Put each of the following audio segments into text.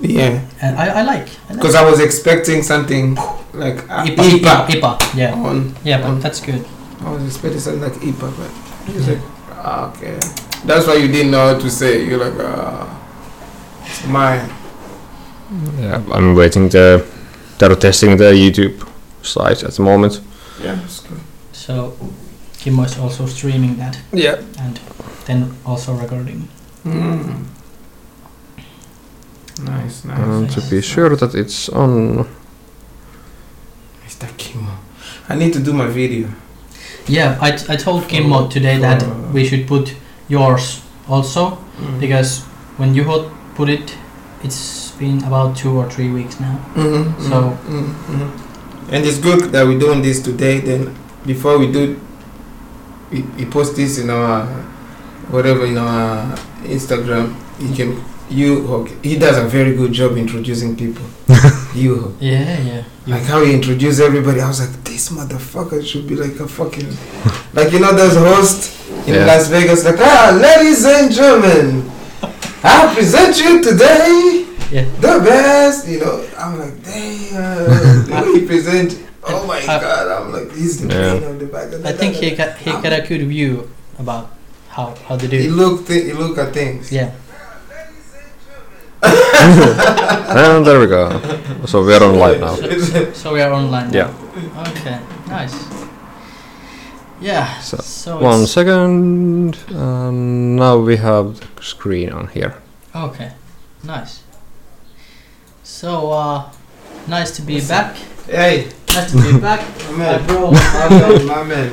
yeah. and I, I like. I like. Because I was expecting something like uh, IPA, IPA. IPA, yeah, On, yeah, but on. that's good. I was expecting something like IPA, but it was like, ah, okay. That's why you didn't know what to say. You're like, ah, it's mine. Yeah, I'm waiting the they're testing the YouTube slides at the moment. Yeah, it's good. So Kim was also streaming that Yeah. and then also recording. Mm. Nice, nice. Um, to be sure that it's on. Mr. Kimo. I need to do my video. Oh, uh, Yeah, I, I told Kimmo today that we should put yours also mm. because when you hot- put it, it's been about two or three weeks now. Mhm, mhm, So- mhm, mhm. and it's good that we're doing this today. Then before we do, we, we post this in our whatever in our Instagram. You can you okay, he does a very good job introducing people. you Yeah, yeah. like how he introduced everybody. I was like, this motherfucker should be like a fucking like you know those hosts in Yeah. Las Vegas like ah ladies and gentlemen, I present you today yeah. the best, you know. I'm like, damn, the way he present. Oh my I- god, I'm like, he's the Yeah. pain on the back. of the- I think he got he got a good view about how how to do He it. look, thi- he look at things. Yeah, and there we go. So we're on live now. so we are online. Yeah. Now. Okay. Nice. Yeah. So, so One it's- second. And now we have the screen on here. Okay. Nice. So uh, nice to be Listen. back. hey, Nice to be back. my I man, bro. my man, my man,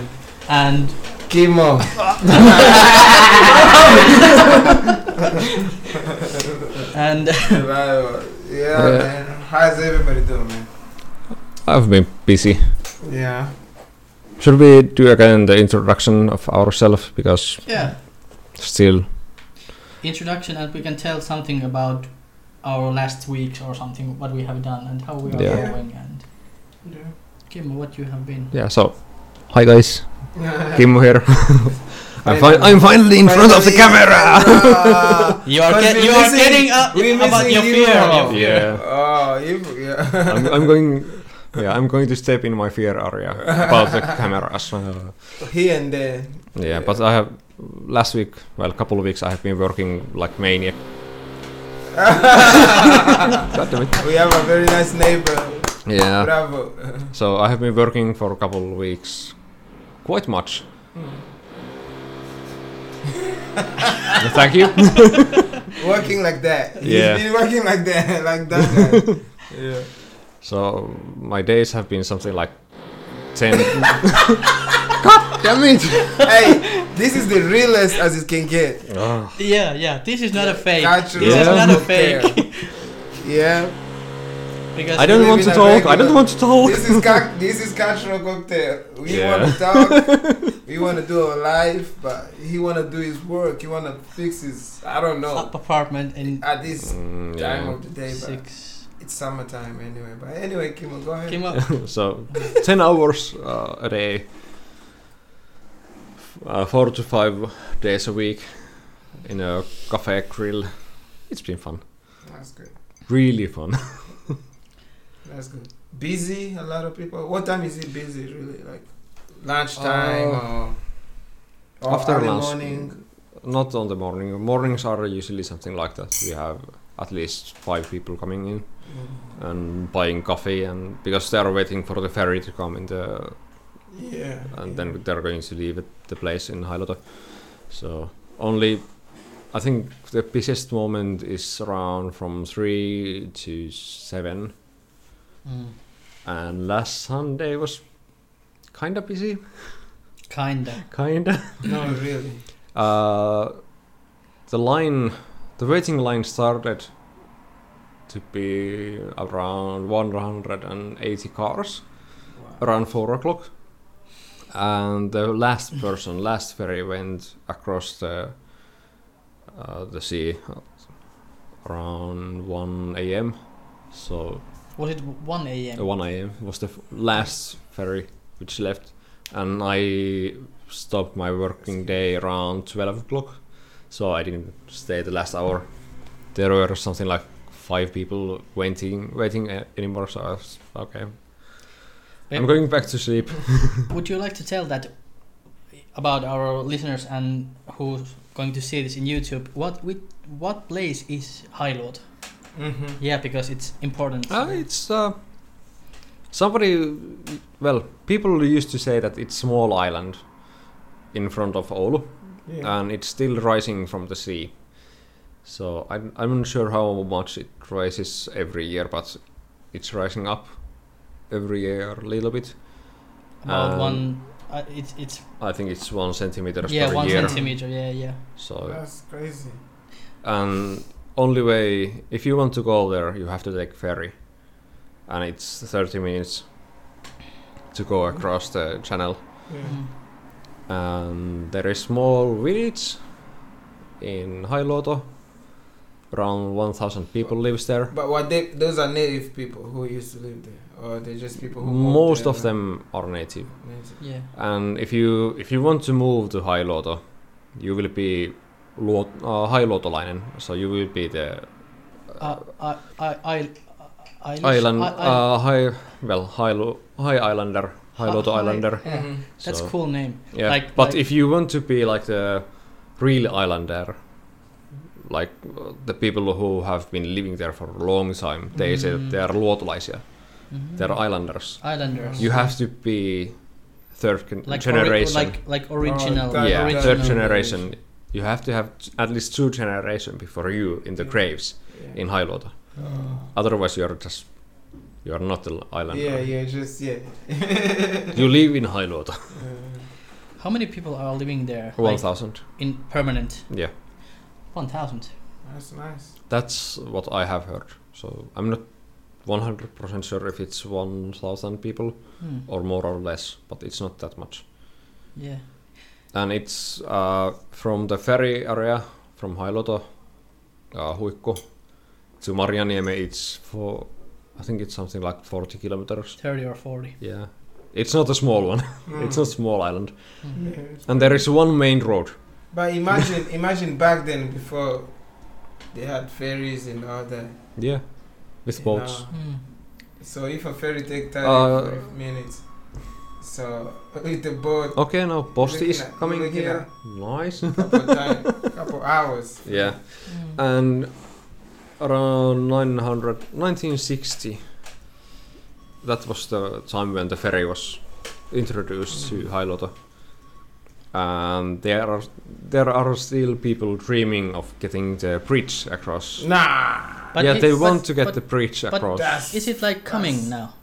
and Kimo. and yeah, man. How's everybody doing, man? I've been busy. Yeah. Should we do again the introduction of ourselves? Because yeah, still, introduction, and we can tell something about our last week or something what we have done and how we are Yeah. going and Kim, what you have been. yeah. So, hi guys, yeah. Kimmo here. I'm, fin- I'm finally in front of the camera. camera. You are, But get, we're you are missing- getting up we're about missing your you fear. now. Of your yeah. oh, you, yeah. I'm, I'm going. Yeah, I'm going to step in my fear area about the cameras. Uh, Here and there. yeah, but I have last week, well, a couple of weeks, I have been working like maniac. God damn it. We have a very nice neighbor. Yeah. Bravo. So I have been working for a couple of weeks, quite much. Thank you. working like that. Yeah. He's been working like that, like that. man. yeah. So my days have been something like ten. God damn it! Hey, this is the realest as it can get. Ah, Yeah, yeah. This is not a fake. Natural. This is Yeah. not a self care. fake. Yeah. because I don't live want to in a talk. I regular- don't want to talk. This is ca- this is cultural cocktail. We Yeah. want to talk. we want to do our life, but he want to do his work. He want to fix his. I don't know. up apartment in At this Mm, time yeah. of the day, but six. it's summertime anyway. But anyway, Kimo, go ahead. Came up. so 10 hours uh, a day f- uh, four to five days a week in a cafe grill it's been fun That's good. really fun That's good. Busy, a lot of people. What time is it busy, really? Like lunchtime or, or Uh, After early lunch. morning? not on the morning mornings are usually something like that we have at least five people coming in and buying coffee and because they are waiting for the ferry to come in the Yeah. and Uh, then they're going to leave at the place in Hailoto. So only, I think the busiest moment is around from three to seven, Mm, and last Sunday was kinda busy, kinda. kinda. no, really. Uh, the line, the waiting line started to be around 180 cars around four o'clock, and the last person, last ferry went across the uh, the sea around 1 a.m. So Was it 1 uh, a.m.? 1 a.m. was the f- last ferry which left, and I stopped my working day around 12 o'clock, so I didn't stay the last hour. There were something like five people waiting waiting a- anymore. So I was, okay, Yeah. I'm going back to sleep. Would you like to tell that about our listeners and who's going to see this in YouTube? What with what place is High Lord? Mm-hmm. Yeah, because it's important. Uh, it's uh, somebody. Well, people used to say that it's small island in front of Oulu, Yeah. and it's still rising from the sea. So I'm I'm not sure how much it rises every year, but it's rising up every year a little bit. about um, one. Uh, it's it's I think it's one centimeter yeah per one year. centimeter. Yeah, yeah. So That's crazy. and only way if you want to go there, you have to take ferry, and it's 30 minutes to go across the channel. Yeah. Mm. And there is small village in Hailuoto. Around 1,000 people lives there. But what they those are native people who used to live there, or they're just people who moved Most there of them are native. now? Native. Yeah. And if you if you want to move to Hailuoto, you will be luot, uh, Hailuotolainen. So you will be the Uh, I I I. I island, I, I, uh, high, well, high, high islander, high Hi- hi- islander. yeah, that's So, cool name. Yeah, like- but like- if you want to be like the real islander, like uh, the people who have been living there for a long time, they say that they Mm. are luotolaisia, Mhm. they are islanders. Islanders. You have to be third gen- like ori- generation. like like original. Oh, that- yeah, that- third that- original. generation. You have to have t- at least two generation before you in the Yeah. graves Yeah. in Hailuoto. Oh. Otherwise, you are just you are not an islander. yeah, yeah, just yeah. You live in Hailuoto. How many people are living there? One Like thousand. in permanent. Yeah, One thousand. That's nice. that's what I have heard. So I'm not one hundred percent sure if it's one thousand people Hmm. or more or less, but it's not that much. Yeah. And it's uh, from the ferry area from Hailuoto, uh, Huikku, to Marianiemi. It's for I think it's something like forty kilometers. Thirty or forty. Yeah, it's not a small one. it's not a small island. Mm. Mhm. Yeah. And there is one main road. But imagine, imagine back then before they had ferries and all that. Yeah, with you boats. know. Hmm. So if a ferry take time Uh, five minutes, so with the boat Okay, now Posti Oh, is looking at- coming looking here. Nice. couple time, couple hours. Yeah. Uh, Hmm. And around 900, 1960, that was the time when the ferry was introduced Mm. to Hailuoto. And there are there are still people dreaming of getting the bridge across. Nah. But yeah, it- they but- want to get but the bridge but across. That's, Is it like coming now?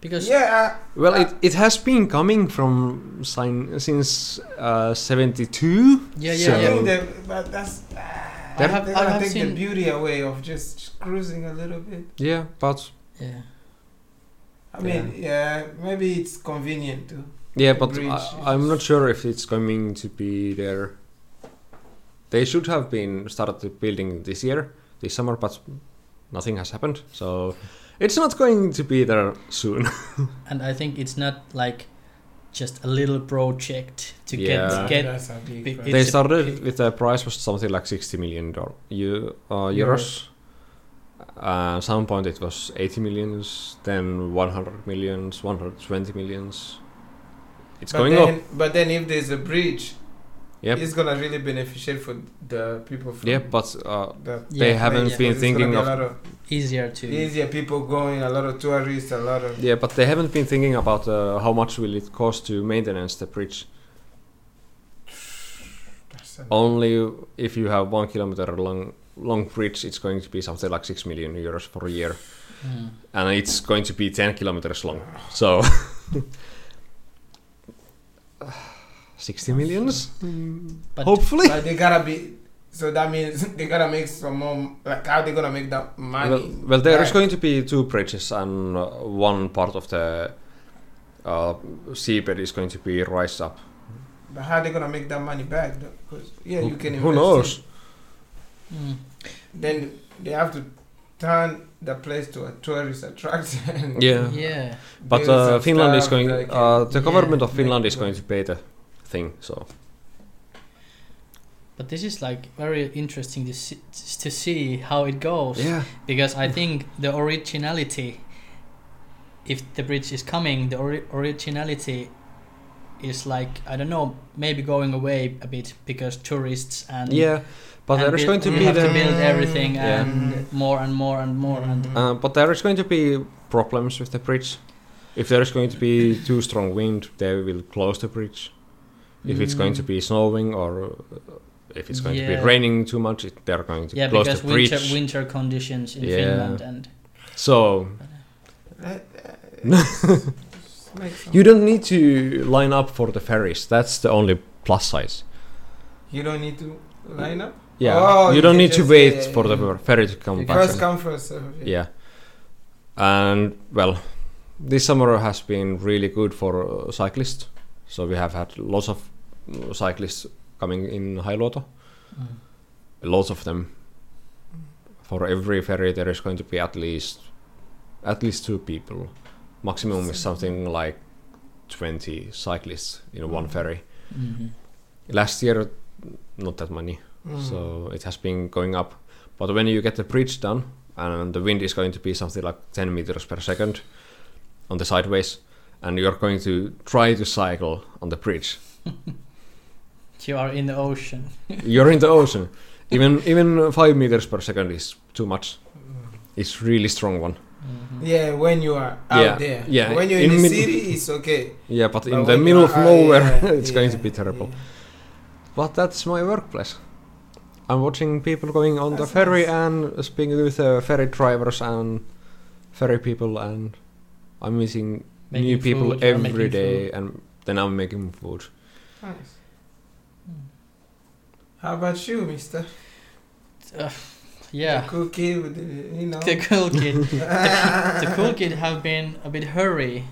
Because Yeah. Well, it, it has been coming from sin- since uh, 72. yeah, yeah, I, So- I yeah. think that, but that's. ah, I have- they're I gonna have take the seen- beauty away of just cruising a little bit. Yeah, but yeah. I mean, yeah, maybe it's convenient too. yeah, The but bridge I, I'm is- not sure if it's coming to be there. They should have been started building this year, this summer, but nothing has happened. So it's not going to be there soon. And I think it's not like just a little project to Yeah. get get. that's a big Be- price. It's they a started big- with a price was something like 60 million dol- eu- uh, euros. Uh, at some point it was 80 millions, then 100 millions, 120 millions. It's but going then, up. But then if there's a bridge, Yep. it's gonna really beneficial for the people. From Yeah, but uh, the Yeah, they haven't yeah. place. been It's gonna thinking be a of lot of easier to. easier people going, a lot of tourists, a lot of Yeah, but they haven't been thinking about uh, how much will it cost to maintenance the bridge. That's a- Only if you have one kilometer long long bridge, it's going to be something like six million euros for a year, Hmm. and it's going to be ten kilometers long. So, sixty millions, But hopefully. But they gotta be. So that means they gotta make some more. Like how they gonna make that money? Well, well, there is back? going to be two bridges, and uh, one part of the uh, seabed is going to be raised up. But how they gonna make that money back? though? 'Cause, yeah, Who- you can. Who invest knows? Hmm. in- Then they have to turn the place to a tourist attraction. Yeah. Yeah. But Build uh, some Finland is stuff going. that can- Uh, the Yeah, government of Finland make is going to pay the thing. So But But this is like very interesting to see, to see how it goes Yeah. because I think the originality, if the bridge is coming, the ori- originality is like I don't know, maybe going away a bit because tourists and Yeah. But and there is buil- going to you be have to the build everything Yeah. and more and more and more and uh, but there is going to be problems with the bridge. If there is going to be too strong wind, they will close the bridge. If it's going to Mm. be snowing or uh, if it's going to Yeah. be raining too much, it, they're going to yeah close because the bridge. winter winter conditions in Yeah. Finland and So you you, don't need to line up for the ferries. That's the only plus size. you don't need to line up. Yeah, Oh, you you don't can need to just, wait uh, for the fer- ferry to come you back. First and- come, first serve. yeah, and well, this summer has been really good for uh, cyclists. So we have had lots of uh, cyclists coming in Hailuoto. Mm. Lots of them. For every ferry, there is going to be at least at least two people. Maximum is something like twenty cyclists in one ferry. Mhm. last year not that many Mm. so it has been going up but when you get the bridge done and the wind is going to be something like 10 meters per second on the sideways and you're going to try to cycle on the bridge you are in the ocean. you're in the ocean even even 5 meters per second is too much it's really strong one Mhm. Yeah, when you are out Yeah, there. yeah, When you're in, in the mid- city, it's okay. yeah but in But the when middle you of are- nowhere yeah, it's going to yeah, be terrible yeah. but that's my workplace i'm watching people going on That's the ferry nice. and speaking with uh, ferry drivers and ferry people and i'm meeting new Making people food, you are every making day food. and then i'm making food Nice. How about you, Mister? Yeah. The cool kid with the, you know. The cool kid. the, the cool kid have been a bit hurry,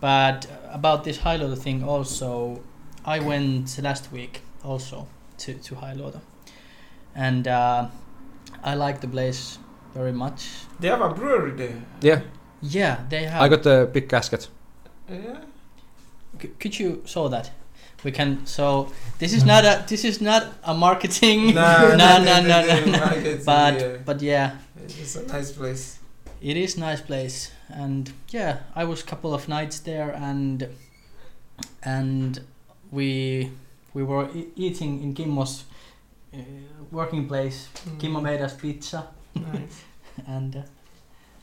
but about this high loader thing also, I went last week also to to high loader, and uh, I like the place very much. They have a brewery there. yeah Yeah, they have. i got the big casket Yeah. C- could you show that? We can. So this is not a this is not a marketing. no, no, no, no, no, But but yeah, it's a nice place. It is nice place, and yeah, I was couple of nights there, and and we we were e- eating in Kimmo's uh, working place. Kimmo made us pizza, Mm. Nice. and uh,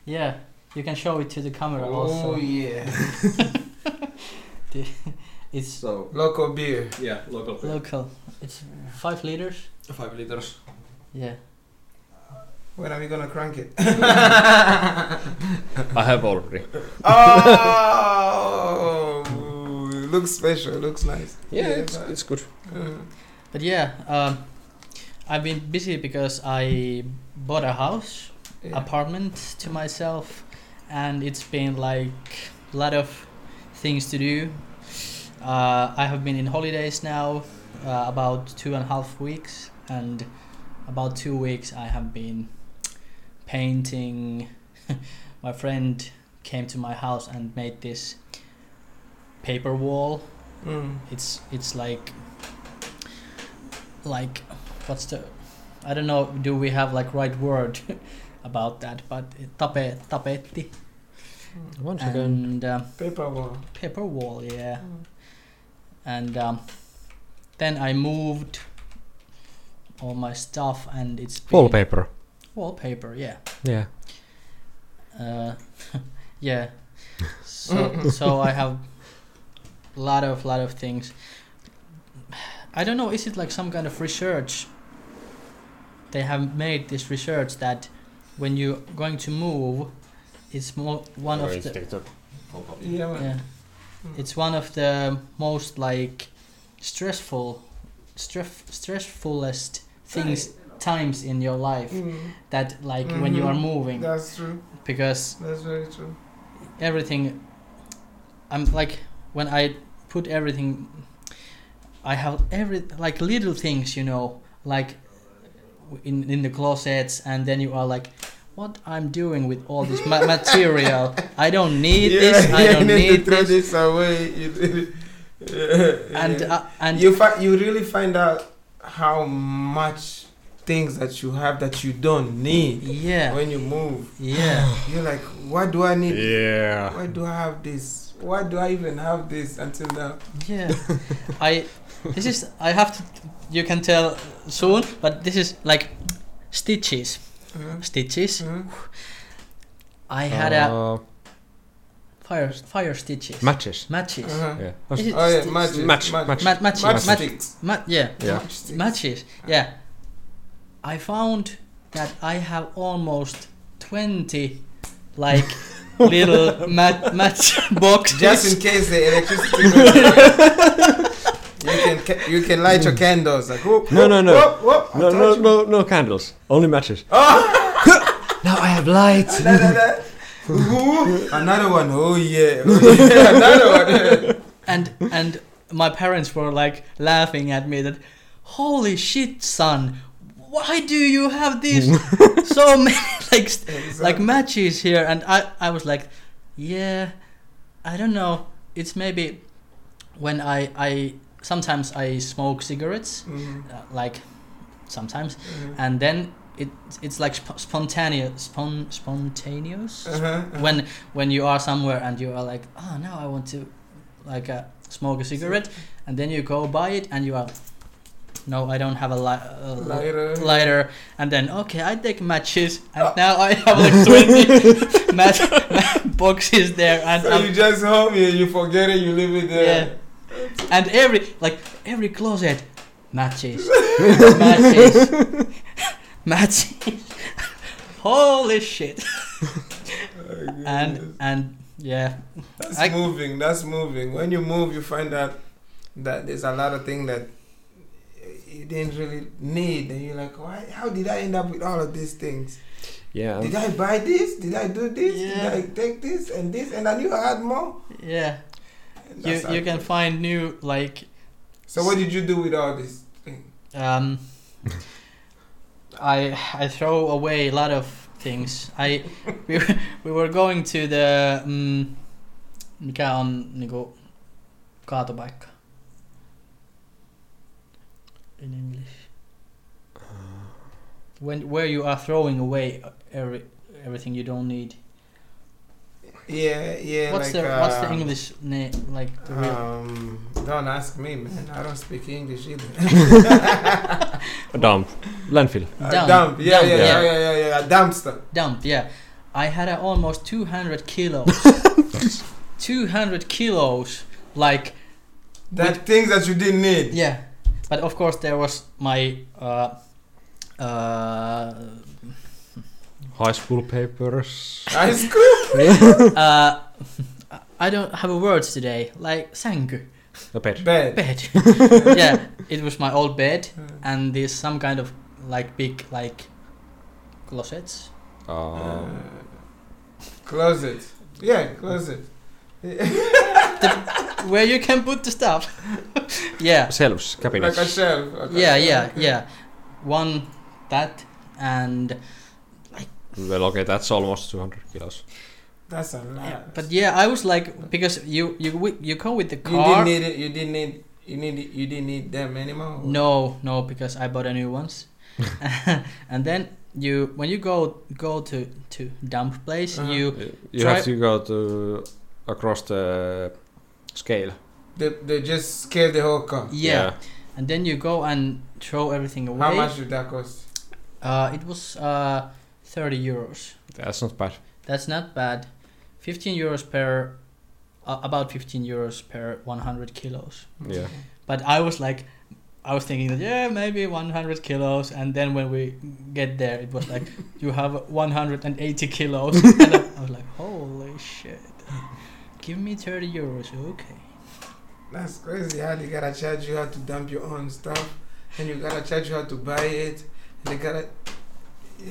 yeah, you can show it to the camera Oh also. yeah, It's so local beer. yeah local local. It's five liters. five liters Yeah. When are we gonna crank it? i have already oh, looks special. Looks nice. yeah, it's, but- it's good Mm. But yeah, um, I've been busy because I bought a house. Yeah. apartment to myself and it's been like a lot of things to do uh, i have been in holidays now uh, about two and a half weeks and about two weeks i have been painting my friend came to my house and made this paper wall Mm. it's it's like like what's the I don't know do we have like right word about that but it- tape tapetti once again and um, Paper wall. paper wall yeah Mm. and um, then I moved all my stuff and it's been wallpaper wallpaper yeah yeah uh, yeah so so i have lot of lot of things i don't know is it like some kind of research they have made this research that when you're going to move it's more one of the Yeah, man. yeah Mm. it's one of the most like stressful stress stressfulest things times in your life Mm. that like when you are Mhm. moving That's true. because That's very true. everything i'm like when i put everything i have every like little things you know like in in the closets and then you are like what i'm doing with all this ma- material i don't need yeah, this i yeah, don't you need, need to throw this, this, away. You- yeah, and yeah. uh, and you fi- you really find out how much things that you have that you don't need Yeah. when you move. Yeah. You're like, what do I need? Yeah. Why do I have this? Why do I even have this until now? Yeah. I. This is. I have to. You can tell soon, but this is like stitches. Mhm, Stitches. mhm. I had a uh, fire fire stitches. matches. matches. Uh-huh. Yeah. Is it Oh yeah, stitches? matches. Match- match- match- Ma- matches. match- Match- sticks. ma- yeah. Yeah. Matchsticks. Matches. Yeah. I found that I have almost twenty, like little mat- match boxes. Just in case the electricity goes away. You can ca- you can light your candles like whoop, Mm. No, no, no. whoop, whoop, I No, told no, you. no, no candles. Only matches. Oh, Now I have lights. da, da, da. Ooh, another one. Oh yeah, oh, yeah. another one. and and my parents were like laughing at me that holy shit son why do you have these so many like st- like Exactly. matches here and i i was like yeah i don't know it's maybe when i i sometimes i smoke cigarettes Mhm, uh, like sometimes mhm. and then it it's like sp- spontaneous spon- spontaneous Uh-huh, uh-huh. when when you are somewhere and you are like oh now i want to like uh, smoke a cigarette and then you go buy it and you are no i don't have a li- uh, Lighter. lighter and then okay i take matches and Oh. now i have like 20 match, match boxes there and um, so I'm- you just home here, you forget it, you leave it there. and every like every closet matches matches matches holy shit Oh, and goodness. and yeah that's I- moving. That's moving. When you move, you find out that there's a lot of things that you didn't really need, and you're like, why? How did I end up with all of these things? Yeah. Did I buy this? Did I do this? Yeah. Did I take this and this? And I knew I had more. yeah And you, that's how you it can goes. find new like So what did you do with all this? Thing? um i i throw away a lot of things i we, were- we were going to the mm, um, mikä on niinku kaatopaikka in english when where you are throwing away every everything you don't need Yeah, yeah. what's like, the what's the um, english name like the real Um, don't ask me, man. I don't speak English either. A dump. Landfill. A Dump. dump. Yeah, Dump, yeah, yeah. yeah, yeah, yeah, yeah. A dumpster. dump. Yeah, I had uh, almost 200 kilos. 200 kilos, like That things that you didn't need. yeah. But of course, there was my uh, uh, High school papers. High school. uh, I don't have words today. Like sänky, A bed. Bed. bed. yeah, it was my old bed and this some kind of like big like closets. Uh, Um, closet. Yeah, closet. Where you can put the stuff. yeah. shelves. Cabinets. Like a shelf. like a yeah shelf. yeah yeah one that and Well, okay, that's almost 200 kilos. That's a lot. but yeah i was like because you you wi- you go with the you didn't car need it. You didn't need. You need. You didn't need them anymore. no no because i bought a new ones and then you when you go go to to dump place Uh-huh. you You you Try- have to go to across the scale. They, they just scaled the whole car. yeah. and then you go and throw everything away How much did that cost? uh it was uh 30 euros That's not bad. that's not bad 15 euros per uh, about 15 euros per 100 kilos Yeah. But I was like, I was thinking that yeah, maybe 100 kilos, and then when we get there, it was like you have 180 kilos. and I, I was like, holy shit! Give me 30 euros, okay? That's crazy how they gotta charge you how to dump your own stuff, and you gotta charge you how to buy it, and they gotta.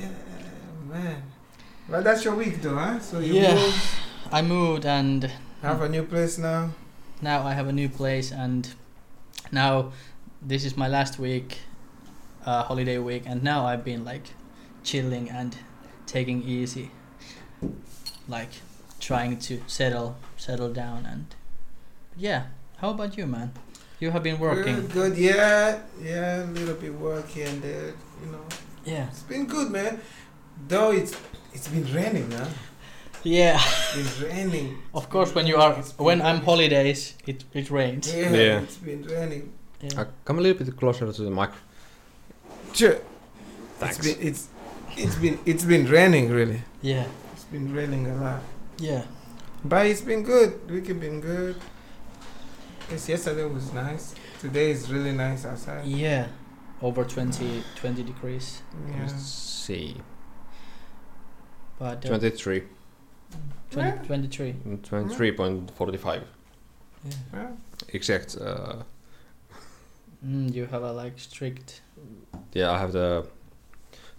Yeah, man. But that's your week though, huh? So you Yeah. move, I moved, and have a new place now. now I have a new place, and now this is my last week, uh, holiday week, and now I've been like chilling and taking easy, like trying to settle settle down and yeah. How about you, man? You have been working. Good, good, yeah, yeah, a little bit work here and there, you know. Yeah. It's been good, man. Though it's it's been raining, man. Yeah. It's been raining. Of course, when you are It's been when I'm raining. holidays, it it rains. Yeah, Yeah. it's been raining. Yeah. Uh, come a little bit closer to the mic. Sure. Thanks. It's been it's it's been it's been raining really. Yeah. It's been raining a lot. Yeah. But it's been good. Weekend been good. Yes, yesterday was nice. Today is really nice outside. Yeah. Over 20, 20 degrees, Yeah. Let's see. but uh, 23. 20, 23. 23.45. Yeah. Yeah. Exact. Uh, Mm, you have a like strict. yeah, I have the.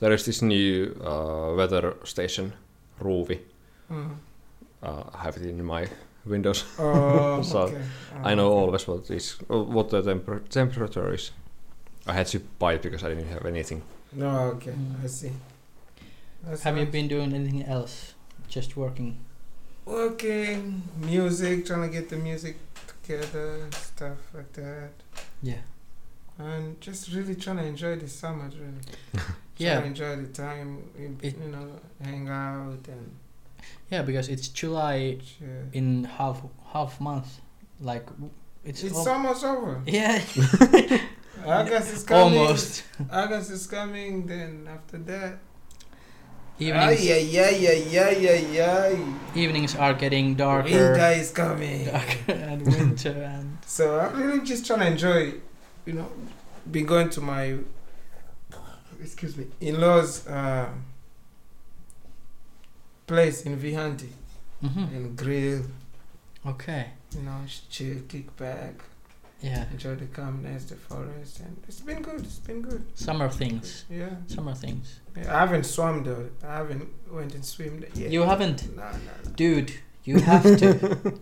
There is this new uh, weather station, Ruvi. Mm. Uh, I have it in my windows. Oh, So, okay. I know Oh, always what is what the temper- temperature is. I had to buy it because I didn't have anything. No, okay. Mm. I see. That's Have you nice. been doing anything else? Just working. working, music, trying to get the music together, stuff like that, Yeah. and just really trying to enjoy the summer. Really, Yeah. Trying to enjoy the time. You, It- you know, hang out and Yeah, because it's July chill. in half half month, like w- it's, It's, al- almost over. oh. yeah, August is coming. almost August is coming. Then after that, evenings Ay, ay, ay, ay, ay, ay, ay. evenings are getting Winter darker, is coming. darker and winter and So I'm really just trying to enjoy, you know, been going to my, excuse me, in-laws uh, place in Vihanti Mhm. and grill, okay, you know, just chill, kick back, yeah, enjoy the calmness, the forest, and it's been good. It's been good. summer things, Yeah, summer things. I haven't swam though. I haven't went and swimmed yet. You haven't, No, no, no. dude. You have to,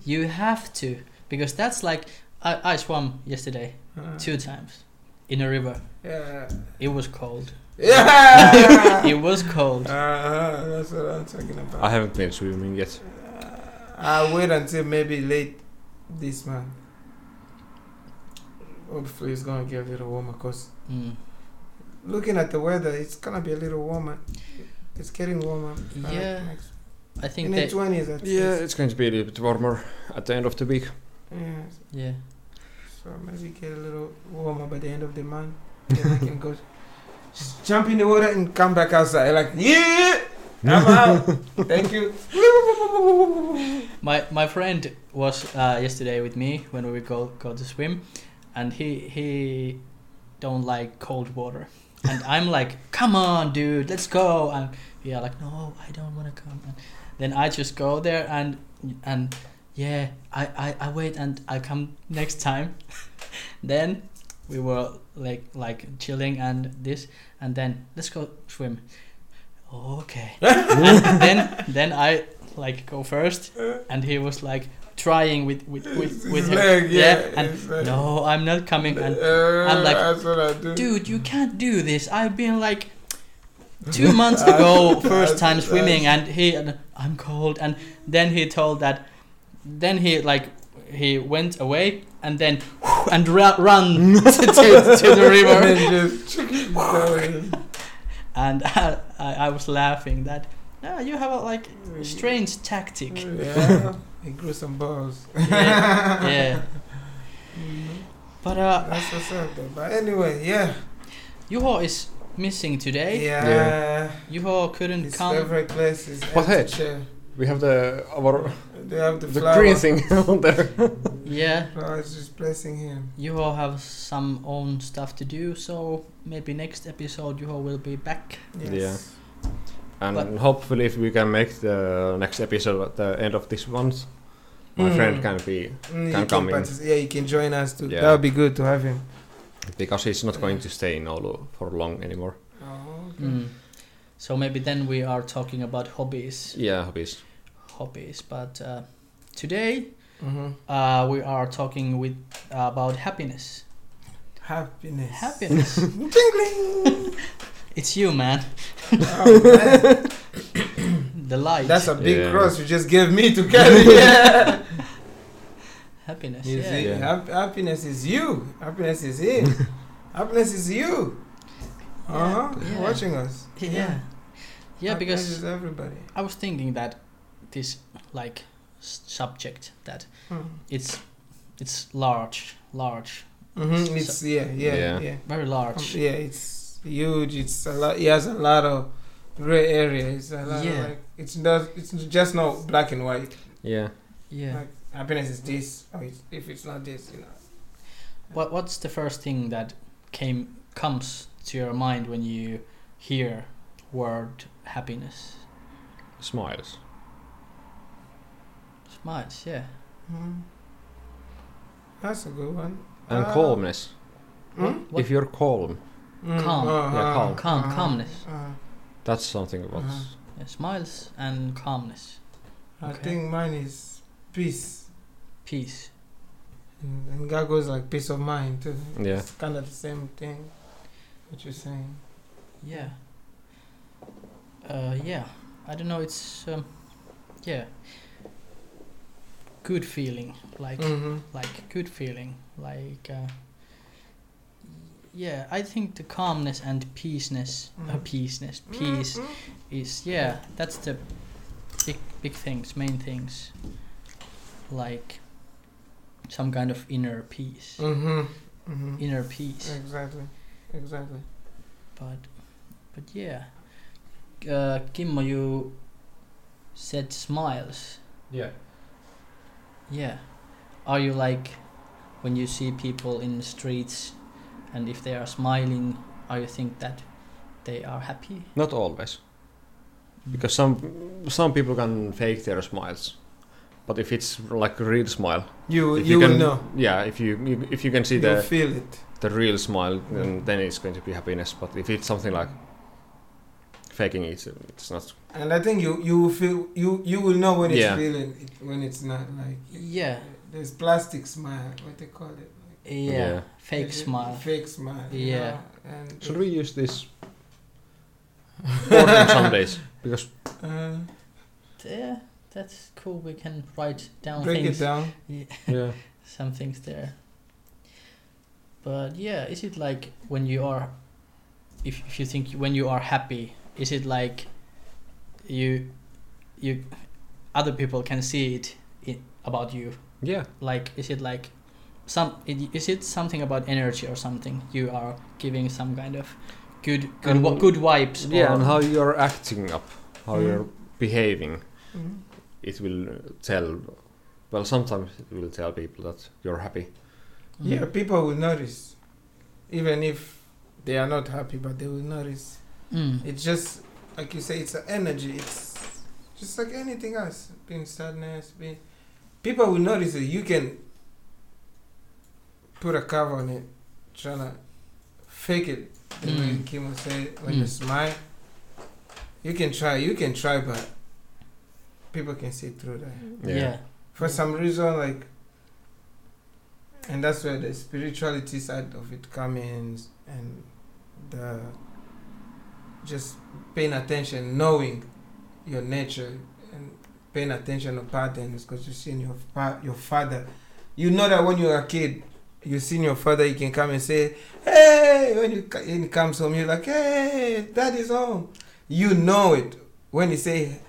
you have to, because that's like I, I swam yesterday Uh, two times in a river. Yeah. It was cold. Yeah. It was cold. uh, that's what I'm talking about. I haven't been swimming yet. Uh, I'll wait until maybe late this month. Hopefully, it's gonna get a little warmer. Cause Mm. looking at the weather, it's gonna be a little warmer. It's getting warmer. uh, Yeah, next- I think in the that twenties at Yeah, least. it's going to be a little bit warmer at the end of the week. Yeah. yeah. So maybe get a little warmer by the end of the month. Then I can go just jump in the water and come back outside. Like yeah, I'm out. Thank you. My my friend was uh, yesterday with me when we go go to swim, and he he don't like cold water, and I'm like, come on, dude, let's go, and yeah, like no, I don't want to come, and then I just go there and and yeah, I I, I wait and I come next time, then we were like like chilling and this, and then let's go swim, okay, and then then I like go first and he was like trying with with with, It's with her. leg, yeah, it's and leg. no, I'm not coming. And Uh, I'm like, that's what I do. dude, you can't do this. I've been like two months ago, first time swimming, and he and I'm cold. And then he told that. Then he like he went away and then and ra- run to, to, to the river. And I, I, I was laughing that. "Ah, you have a like strange tactic. Yeah, he grew some balls. Yeah, yeah. But uh, That's what's up, though. But anyway, yeah. Juho is missing today. Yeah. Juho Eh? couldn't His come. favorite place is What empty head? chair. We have the our They have the, the flower. green thing on there. Yeah, Flowers replacing him. Juho have some own stuff to do, so maybe next episode Juho will be back. Yes. And But- hopefully, if we can make the next episode at the end of this month, my Mm. friend can be Mm, you Can come in. partici- Yeah, you can join us too. Yeah. That would be good to have him. because he's not going to stay in Oulu for long anymore. Oh, okay. Mm. So maybe then we are talking about hobbies, Yeah, hobbies. hobbies. But uh, today Mhm. uh, we are talking with about happiness. Happiness. Happiness. Tingling. it's you, man. Oh, man. The light. That's a big Yeah. cross you just gave me to carry. Yeah. Happiness. You Yeah. see, Yeah. hap- happiness is you. Happiness is him. happiness is you. Yeah, Uh huh. yeah. Watching us. Yeah. Yeah, Happiness because is everybody. I was thinking that this like s- subject that it's it's large, large, Mm-hmm. It's yeah, yeah, Yeah. yeah, Um, yeah. very large. It's huge. It's a lot. It has a lot of gray area. It's a lot. Yeah. Of, like, it's not. It's just not black and white. Yeah. Yeah. Like happiness is this. Or it's, if it's not this, you know. What what's the first thing that came comes to your mind when you hear word happiness? Smiles. Smiles, yeah. Hmm. Mm. That's a good one. And Uh, calmness. Mm? What- If you're calm, Mm, Hmm? Calm. Yeah, calm. Calm, uh-huh, calmness. uh-huh. that's something about. Uh-huh. Yeah, smiles and calmness, I Okay. think mine is peace. peace. And, and that goes like peace of mind too. Yeah. It's kind of the same thing. What you're saying. Yeah. Uh, yeah. I don't know. It's um, yeah. Good feeling, like Mm-hmm. like good feeling, like uh, yeah. I think the calmness and peaceness, uh, Mhm. peaceness, peace is yeah. That's the big big things, main things. Like some kind of inner peace, Mm-hmm. Mm-hmm. inner peace. Exactly. Exactly. But, but yeah, uh, Kimmo, you said smiles. Yeah. Yeah, are you like when you see people in the streets, and if they are smiling, are you think that they are happy? Not always, because some some people can fake their smiles, but if it's like a real smile, You if you, will can, know. Yeah, if you, you if you can see You the feel Mm. it. the real smile, then, then it's going to be happiness. But if it's something like faking it, it's not. And I think you you will feel you you will know when Yeah. it's feeling it, when it's not like Yeah, there's plastic smile. What they call it. Like, yeah, Yeah. fake it- it- smile. Fake smile. you Yeah. know, And Should we use this word on some days? Because Uh, yeah, that's cool. We can write down break things, it down. yeah, some things there. But yeah, is it like when you are, if if you think when you are happy, is it like, you, you, other people can see it in, about you. yeah, Like, is it like, some it, is it something about energy or something? You are giving some kind of good good And- wi- good Mm-hmm. vibes. yeah, or- and how you're acting up, how Mm. you're behaving, Mm-hmm. Mhm. it will tell. Well, sometimes it will tell people that you're happy. Mm. Yeah, people will notice, even if they are not happy, but they will notice. Mm. It's just like you say, it's an energy. It's just like anything else, being sadness, being. People will notice it. You can put a cover on it, trying to fake it. The way Mm. Kimo said, when you Mm. smile, you can try, you can try, but people can see through that yeah. for some reason like and that's where the spirituality side of it comes in and the just paying attention knowing your nature and paying attention to patterns because you've seen your fa- your father you know that when you're a kid you've seen your father you can come and say hey when you ca- when he comes home you're like hey daddy's home you know it when he say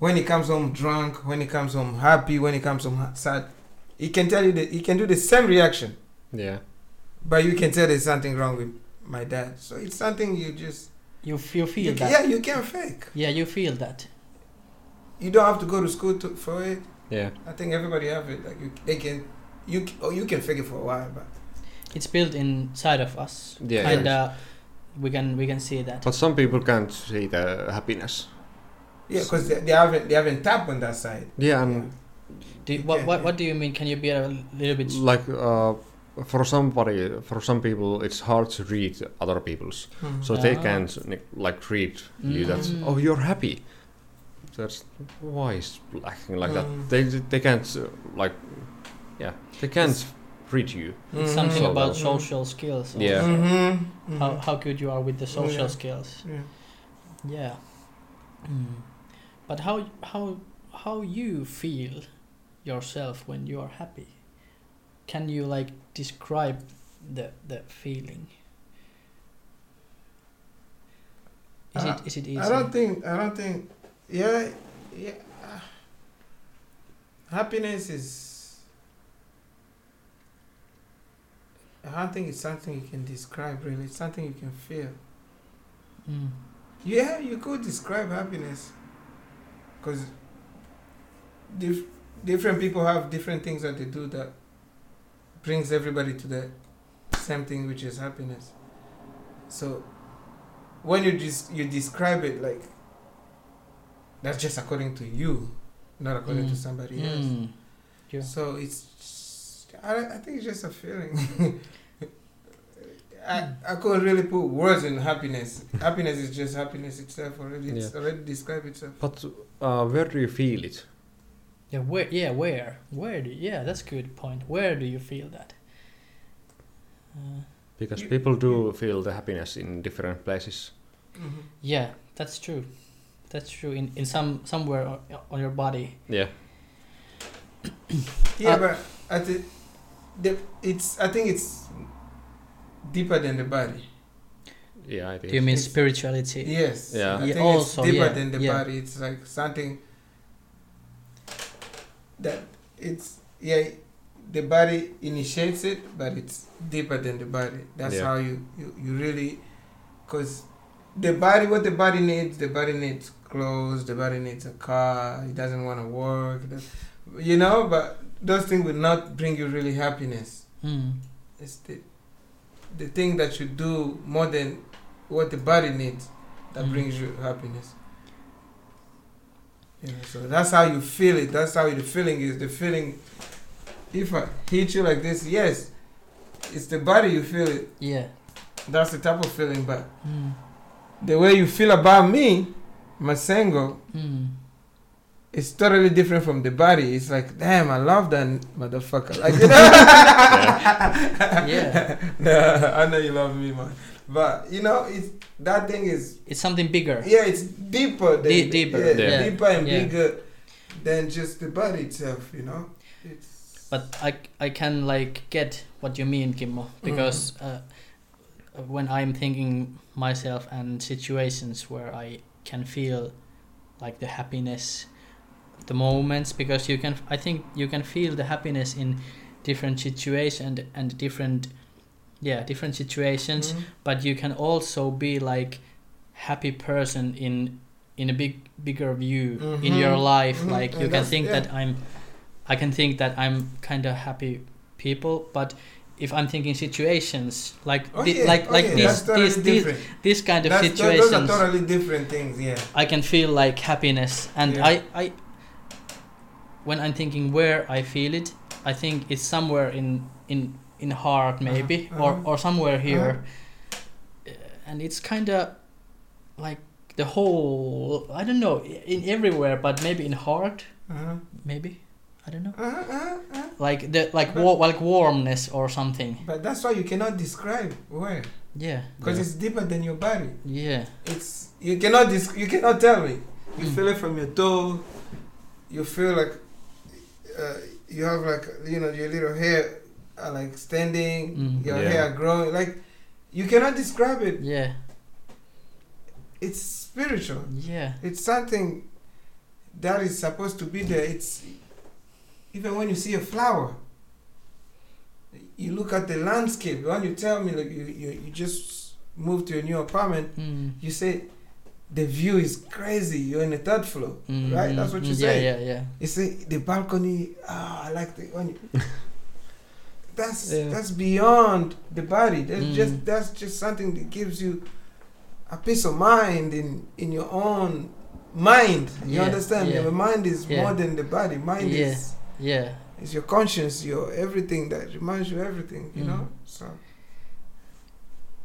when he comes home drunk, when he comes home happy, when he comes home ha- sad, he can tell you that he can do the same reaction, yeah, but you can tell there's something wrong with my dad. So it's something you just You f- you feel you ca- that. yeah you can fake. yeah, you feel that. You don't have to go to school to, for it. yeah. I think everybody have it. Like you, they can you c- or you can fake it for a while, but it's built inside of us Yeah, and yeah. uh, we can we can see that But some people can't see the happiness. yeah, because they, they haven't they haven't tapped on that side. Yeah, and do you, Yeah, what, what yeah. what do you mean can you be a little bit s- like uh, for somebody for some people it's hard to read other people's so they Ah. can't ni- like read you that Mm. oh you're happy that's why is acting like Mm. that they they can't uh, like yeah they can't read you it's something Mhm. about Mhm. social skills also. Yeah. Mm-hmm. how, how good you are with the social Yeah. skills yeah. yeah mm. but how how how you feel yourself when you are happy can you like describe the the feeling? Is Uh, it is it easy? I don't think. I don't think. Yeah, yeah. uh, Happiness is. I don't think it's something you can describe. Really, it's something you can feel. Mm. Yeah, you could describe happiness, because dif- different people have different things that they do that brings everybody to the same thing, which is happiness. So when you just you describe it like that's just according to you, not according to Mm. somebody else. Mm. Yeah. So it's just, I, I think it's just a feeling. I, I couldn't really put words in happiness. happiness is just happiness itself already. It's already described itself. But uh, where do you feel it? Yeah, where? Yeah, where? Where do? Yeah, that's good point. Where do you feel that? Uh, Because You- people do feel the happiness in different places. Mm-hmm. yeah, that's true. That's true. In in some somewhere on, on your body. Yeah. Yeah, Uh, but at the, the, it's I think it's deeper than the body. Yeah, it is. Do you mean It's- spirituality? Yes. Yeah. I Yeah, think also, it's deeper yeah, than the yeah. body. It's like something that it's yeah the body initiates it but it's deeper than the body. That's Yeah. how you, you, you really because the body what the body needs, the body needs clothes, the body needs a car, it doesn't want to work, it does- you know, but those things will not bring you really happiness. Mm. It's the, the thing that you do more than what the body needs that Mm. brings you happiness. You know, so that's how you feel it. That's how the feeling is. The feeling, if I hit you like this, yes, it's the body you feel it. Yeah. That's the type of feeling. But Mm. the way you feel about me, Masengo, Mm. is totally different from the body. It's like, damn, I love that motherfucker. Like, you know? Yeah. Nah, I know you love me, man. But you know, it's that thing is It's something bigger. yeah, it's deeper than Dee- deeper, yeah, yeah. deeper and Yeah. bigger than just the body itself. You know, it's But I, I can like get what you mean, Kimmo, because uh, when I'm thinking myself and situations where I can feel like the happiness, the moments, because you can, I think you can feel the happiness in different situations and, and different, yeah, different situations. Mhm. But you can also be like happy person in in a big bigger view in your Mhm. life. Mhm. Like And you can that's- think yeah. that I'm I can think that I'm kind of happy people, but if I'm thinking situations like Oh, thi- yeah, like oh, like yeah, these, that's totally these, these different. these kind of That's- tho- situations, Those are totally different things. Yeah. I can feel like happiness, and Yeah. I I when I'm thinking where I feel it, I think it's somewhere in in in heart Uh-huh, maybe uh-huh. or or somewhere here, Uh, and it's kind of like the whole I don't know i- in everywhere, but maybe in heart Uh-huh. maybe I don't know. Uh-huh, uh-huh, uh-huh. like the like wa- like warmness or something. But that's why you cannot describe where, Yeah, because Yeah. it's deeper than your body. yeah, It's you cannot dis- you cannot tell me. You Mm. feel it from your toe. You feel like uh, you have like you know your little hair are like standing. Mm. Your Yeah. hair growing. Like you cannot describe it. yeah, It's spiritual. yeah, It's something that is supposed to be there. It's even when you see a flower. You look at the landscape. When you tell me like you, you, you just moved to a new apartment mm. you say the view is crazy you're in the third floor Mm, Right, that's what you mm, yeah, say. Yeah, yeah, you say the balcony ah i like the one you- that's Yeah. that's beyond the body that's Mm. just that's just something that gives you a peace of mind in in your own mind you Yeah, understand yeah. your mind is Yeah. more than the body mind Yeah. is yeah. is your conscience your everything that reminds you everything you Mm. know so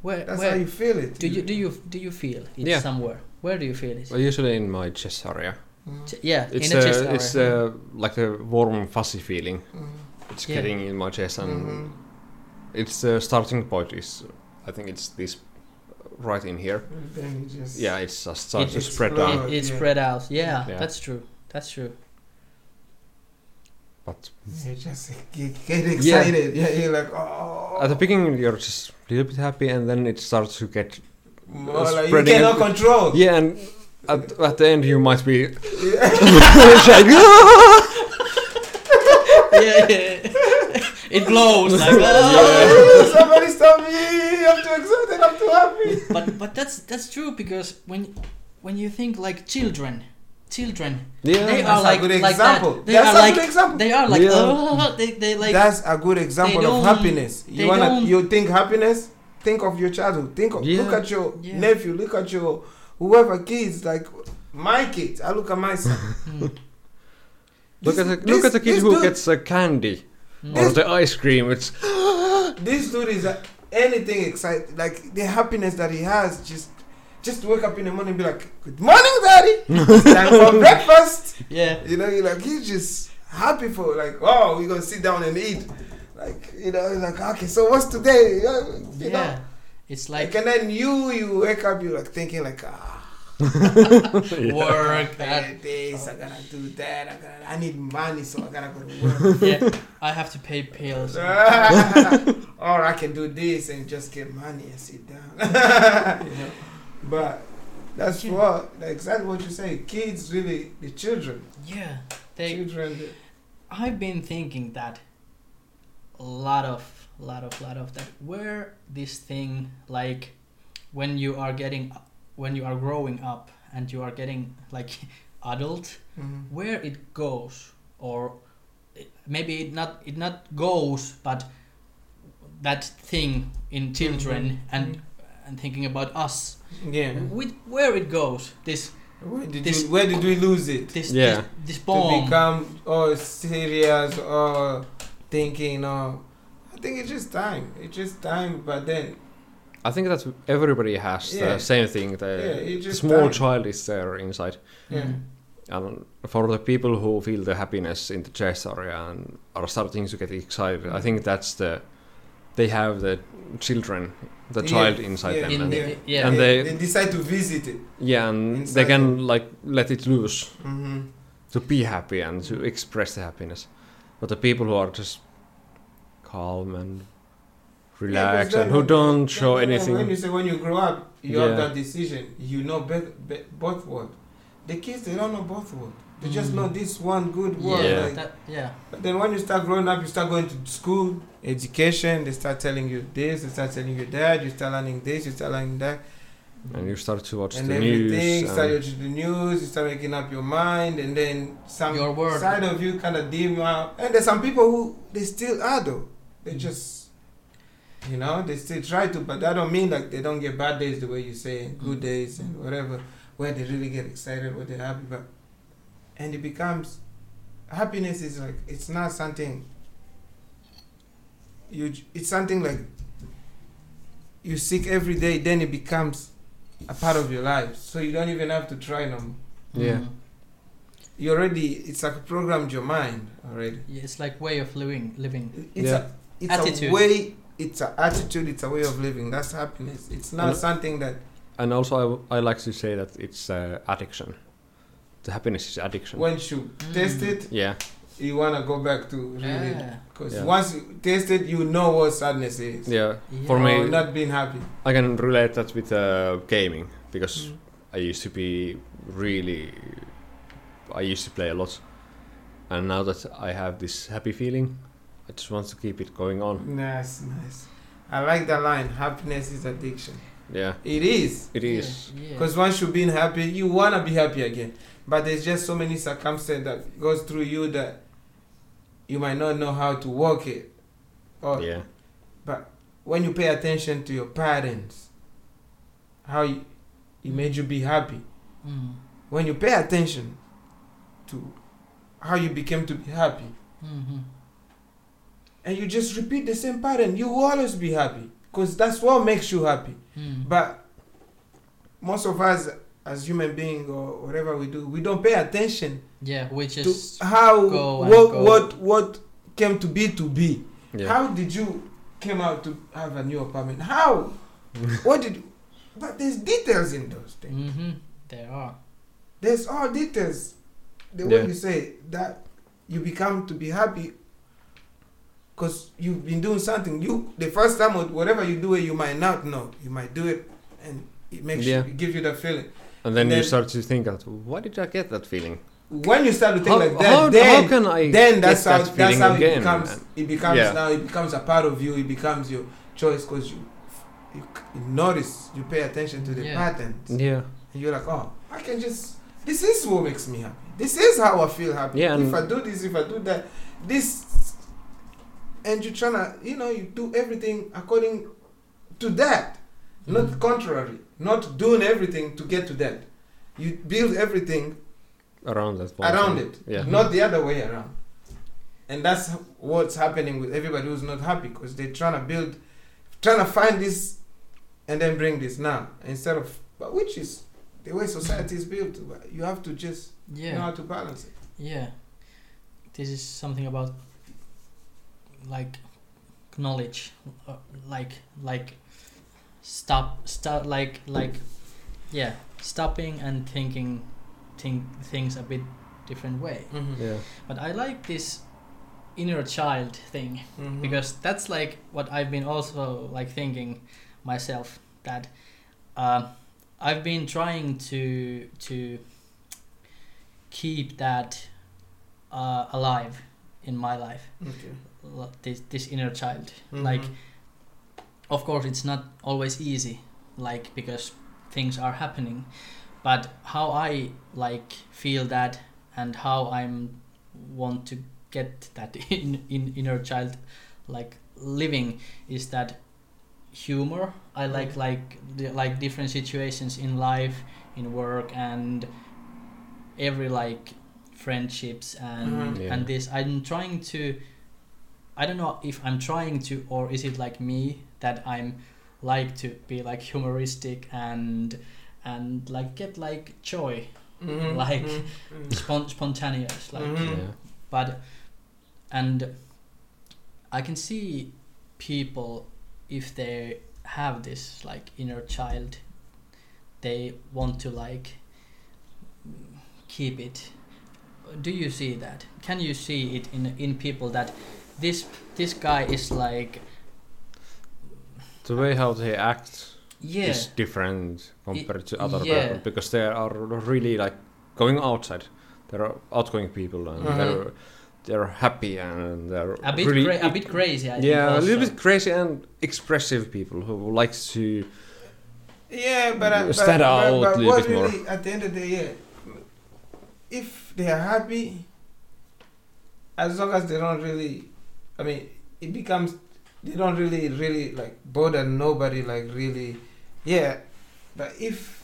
Where, that's where how you feel it do you do you do you feel it Yeah. somewhere? Where do you feel it? Well, usually in my chest area. Mhm, Ch- yeah, It's in a chest a, it's uh, area. a, like a warm, fuzzy feeling. mhm, It's Yeah. getting in my chest, and mhm. it's the starting point. Is I think it's this right in here. Then you just Yeah, it's just starts to It's spread explode. down. it, it yeah. spread out. Yeah, Yeah. that's true. That's true. But You just get, get excited. Yeah. you're like, oh. at the beginning, you're just a little bit happy, and then it starts to get More like you spreading cannot it- control. yeah. And at, at the end, you might be Yeah. yeah, yeah. It blows like Oh, "Ah." Somebody stop me! I'm too excited. I'm too happy. but but that's that's true because when when you think like children, children, they yeah. That's are a like good like example. that. They That's are a like good example. they are like Yeah. "Ah," they they like That's a good example of don't- happiness. You they wanna, don't- you think happiness? Think of your childhood. Think of Yeah. look at your Yeah. nephew. Look at your whoever kids. Like my kids. I look at my son. Mm, Look This- at the, this- look at the kid this who dude- gets a candy mm. or This- the ice cream. It's This dude is uh, anything excited. Like the happiness that he has. Just, just wake up in the morning and be like, "Good morning, daddy. It's time for breakfast." yeah. You know, you're like he's just happy for like, oh, we're gonna sit down and eat. Like, you know, you're like, okay, so what's today? You know, you yeah. know. It's Like, like and then you you wake up, you're like thinking like, ah, work. I at- gotta this, I gotta do that, I gotta, I need money, so I gotta go to work. yeah, I have to pay bills. or I can do this and just get money and sit down. You know? but Hmm. that's what like, exactly what you say. Kids really the children, Yeah, they. children. I've been thinking that a lot of, lot of, lot of that. Where this thing like when you are getting, when you are growing up and you are getting like adult, Mhm. where it goes or it- maybe it not it not goes but that thing in children Mhm. and and thinking about us Yeah. with where it goes this Where did This- you, where did we lose it? this Yeah. this, this to bomb become or serious or thinking or I think it's just time. It's just time. But then I think that everybody has Yeah. the same thing. The Yeah, it just small died. child is there inside, yeah, Mhm. and Um, for the people who feel the happiness in the chest area and are starting to get excited, I think that's the they have the children, the Yeah, child inside yeah, them, in and, the, yeah And they- decide to visit it. yeah, and Inside they can like let it loose Mm-hmm. to be happy and to express the happiness. But the people who are just calm and relaxed and who don't show When you anything, say when you grow up, you have Yeah. that decision. You know be- be- both word. The kids they don't know both word. They just Mm. know this one good word. yeah, like- that, yeah. But then when you start growing up, you start going to school, education, they start telling you this, they start telling you that, you start learning this, you start learning that. and you start to watch and the everything, news. start and- watching the news, you start making up your mind, and then some Your word. side of you kind of dim out. And there's some people who they still are though. They Mm. just, you know, they still try to, but that don't mean like they don't get bad days the way you say, good Mm. days and whatever, where they really get excited, where they're happy. But and it becomes happiness is like it's not something you. j- It's something like you seek every day. Then it becomes a part of your life, so you don't even have to try no more. Yeah. Mhm. You already, it's like programmed your mind already. Yeah, it's like way of living living It's Yeah. a, it's Attitude. a way, it's an attitude, it's a way of living. That's happiness. It's not And- something that And also, I, w- I like to say that it's uh, addiction. The happiness is addiction. once you taste Mm. it, yeah, you wanna go back to really, yeah. because Yeah. once you taste it, you know what sadness is. yeah. Yeah. Mm. For Or me, not being happy. I can relate that with uh, gaming because Mm. I used to be really. I used to play a lot, and now that I have this happy feeling, I just want to keep it going on. Nice, nice. I like that line. Happiness is addiction. Yeah, It is. it is. yeah, yeah. Because once you've been happy, you wanna be happy again. But there's just so many circumstances that goes through you that you might not know how to work it. Or Yeah, when you pay attention to your parents, how you, it made you be happy. Mm. When you pay attention to how you became to be happy, Mhm. and you just repeat the same pattern, you will always be happy because that's what makes you happy. Mm. But most of us, as human beings or whatever we do, we don't pay attention yeah we just to how go and what go. what what came to be to be. yeah. How did you came out to have a new apartment? How? what did? You, but there's details in those Mm. things. hmm There are. There's all details. The way Yeah. you say that you become to be happy because you've been doing something. You the first time with whatever you do it, you might not know. You might do it, and it makes Yeah. you, it gives you that feeling. And then, you Then- start to think that why did I get that feeling? When you start to think How, like that, how, then how can I then get that's how that that's feeling how again? it becomes And- it becomes Yeah. now it becomes a part of you. It becomes your choice because you, you c- you notice you pay attention to the Yeah. patterns. yeah, And you're like, oh, I can just, this is what makes me happy. This is how I feel happy. Yeah, if and- I do this, if I do that, this, and you're trying to, you know, you do everything according to that, Mm. not contrary, not doing everything to get to that. You build everything around that one around thing. it, Yeah, not the other way around. And that's h- what's happening with everybody who's not happy because they're trying to build, trying to find this and then bring this now instead of, but which is the way society is built. But You have to just Yeah. know how to balance it. Yeah, this is something about like knowledge, uh, like like stop stop like like yeah stopping and thinking think things a bit different way. yeah, But I like this inner child thing Mm-hmm. because that's like what I've been also like thinking myself that um I've been trying to to keep that uh, alive in my life okay. l- this this inner child like of course it's not always easy like because things are happening but how i like feel that and how i'm want to get that in, in inner child like living is that humor i like like the, like different situations in life in work and every like friendships and Mhm. Yeah. and this i'm trying to i don't know if i'm trying to or is it like me that i'm like to be like humoristic and and like get like joy Mhm, like- mhm, mhm. spon- spontaneous like Mhm. yeah. but and i can see people if they have this like inner child they want to like keep it do you see that can you see it in in people that this this guy is like The way how they act yeah is different compared to other yeah. people because they are really like going outside. They're outgoing people and Mhm. they're they're happy and they're Uh-huh. a bit really cra- a bit crazy I think yeah, a little also. bit crazy and expressive people who likes to Yeah, but I- but- Stand out but, but a little what bit more. really, At the end of the year, if they are happy, as long as they don't really, I mean, it becomes they don't really, really like bother nobody. Like really, yeah. But if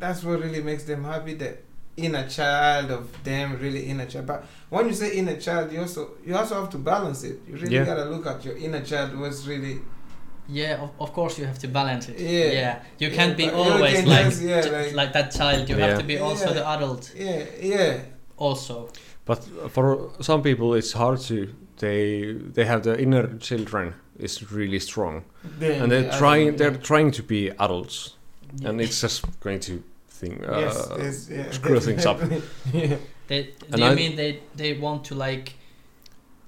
that's what really makes them happy, the inner child of them, really inner child. But when you say inner child, you also you also have to balance it. You really Yeah. gotta look at your inner child. What's really Yeah, of, of course you have to balance it. Yeah. you Yeah, can't be but you always can like, just- yeah, ch- like- like that child. You have Yeah. to be also Yeah. the adult. yeah, yeah. Also, but for some people it's hard to they they have their inner children is really strong Then and they're I trying don't- they're trying to be adults yeah, and it's just going to think uh, yes, yes, yeah. screw things up. yeah. they, and do you I- mean they they want to like?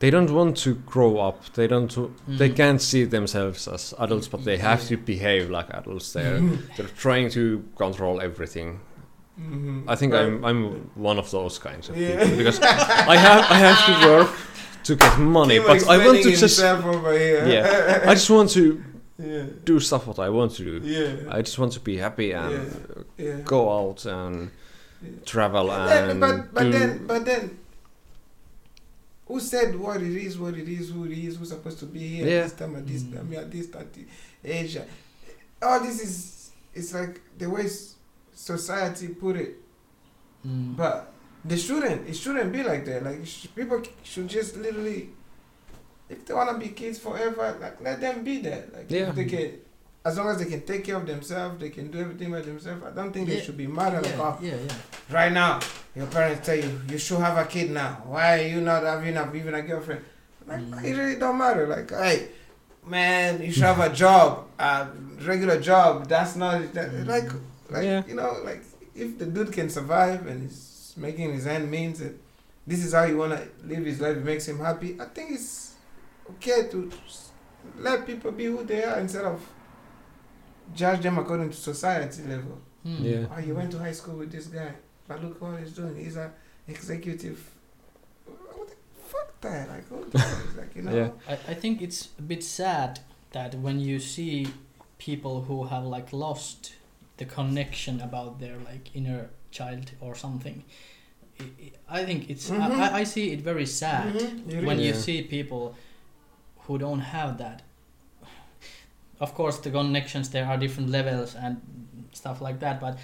they don't want to grow up they don't w- they Mm-hmm. Mhm. can't see themselves as adults but they have to behave like adults they're Mm-hmm. they're trying to control everything Mhm. Mm-hmm. i think Right. i'm i'm one of those kinds of Yeah. people because i have i have to work to get money Keep but i want to explaining just himself over here. yeah i just want to yeah, do stuff what i want to do yeah, i just want to be happy and Yeah. yeah. go out and Yeah. travel But and then, but, but do then, but then, who said what it is, what it is, who it is, who's supposed to be here Yeah. at this time, at this Mm. time, at this time, Asia? All this is, it's like the way s- society put it. Mm, But they shouldn't. It shouldn't be like that. Like sh- people c- should just literally, if they wanna be kids forever, like let them be there. Like Yeah. if they can, as long as they can take care of themselves, they can do everything by themselves. I don't think Yeah. they should be mad yeah, at all. yeah, yeah. Right now, your parents tell you you should have a kid now. Why are you not having a, even a girlfriend? Like Mm. it really don't matter. Like hey, man, you should have a job, a regular job. That's not that, Mm. like like Yeah. you know like if the dude can survive and he's making his end means it. this is how he wanna live his life. It makes him happy. I think it's okay to s- let people be who they are instead of judge them according to society level. Hmm. Yeah. Oh, you went to high school with this guy, but look what he's doing. He's an executive. What the fuck that? Like, what the fuck is like you know. Yeah. I, I think it's a bit sad that when you see people who have like lost the connection about their like inner child or something I- i I think it's Mm-hmm. Mhm. I, I- I see it very sad Mhm, you when really- you Yeah. see people who don't have that of course the connections there are different levels and stuff like that but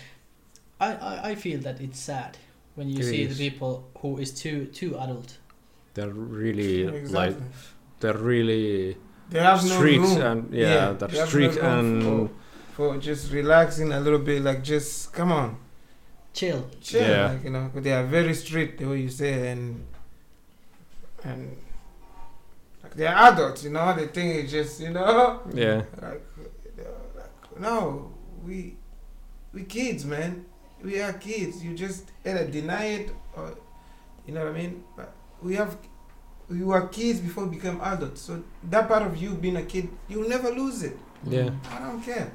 i i, I feel that it's sad when you It see is. the people who is too too adult They're really like Exactly. they're really they have no strict room. and yeah, Yeah, they they're have strict no room and for just relaxing a little bit, like just come on, chill chill, Yeah. like you know, 'cause they are very strict the way you say and and like they are adults, you know. They think it's just you know, yeah, like, uh, like no, we we kids, man, we are kids. You just either deny it or you know what I mean. But we have we were kids before we became adults, so that part of you being a kid, you'll never lose it. Yeah. I don't care.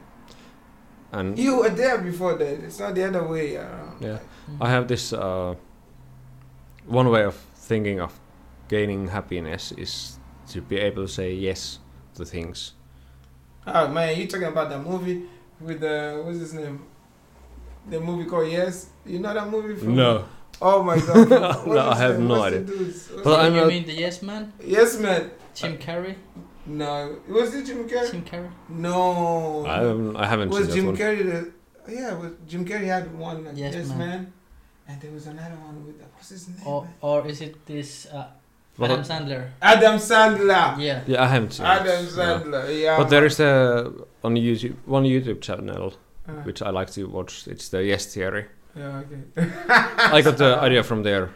and You were there before that. It's not the other way around. Yeah. Mm-hmm. I have this uh, one way of thinking of gaining happiness is to be able to say yes to things. Oh man, you talking about the movie with the what's his name? The movie called Yes. You know that movie from? Oh my god. What No, I is have the- no what's the idea. dude's- what's But the- I'm you not- Uh, mean the yes man yes, man. Jim Carrey? No, was it Jim Carrey? Jim Carrey? No. I haven't, I haven't seen was that Jim one. Carrey the? Yeah, was Jim Carrey had one like, Yes Yes, Man. Oh. man. and there was another one with uh, what's his name? Or, man? or is it this uh, But- Adam Sandler? Adam Sandler. Yeah. yeah, I haven't seen. Adam it, no. Sandler. Yeah. But there is a on YouTube one YouTube channel Uh, which I like to watch. It's the Yes Theory. yeah. Okay. I got the idea from there.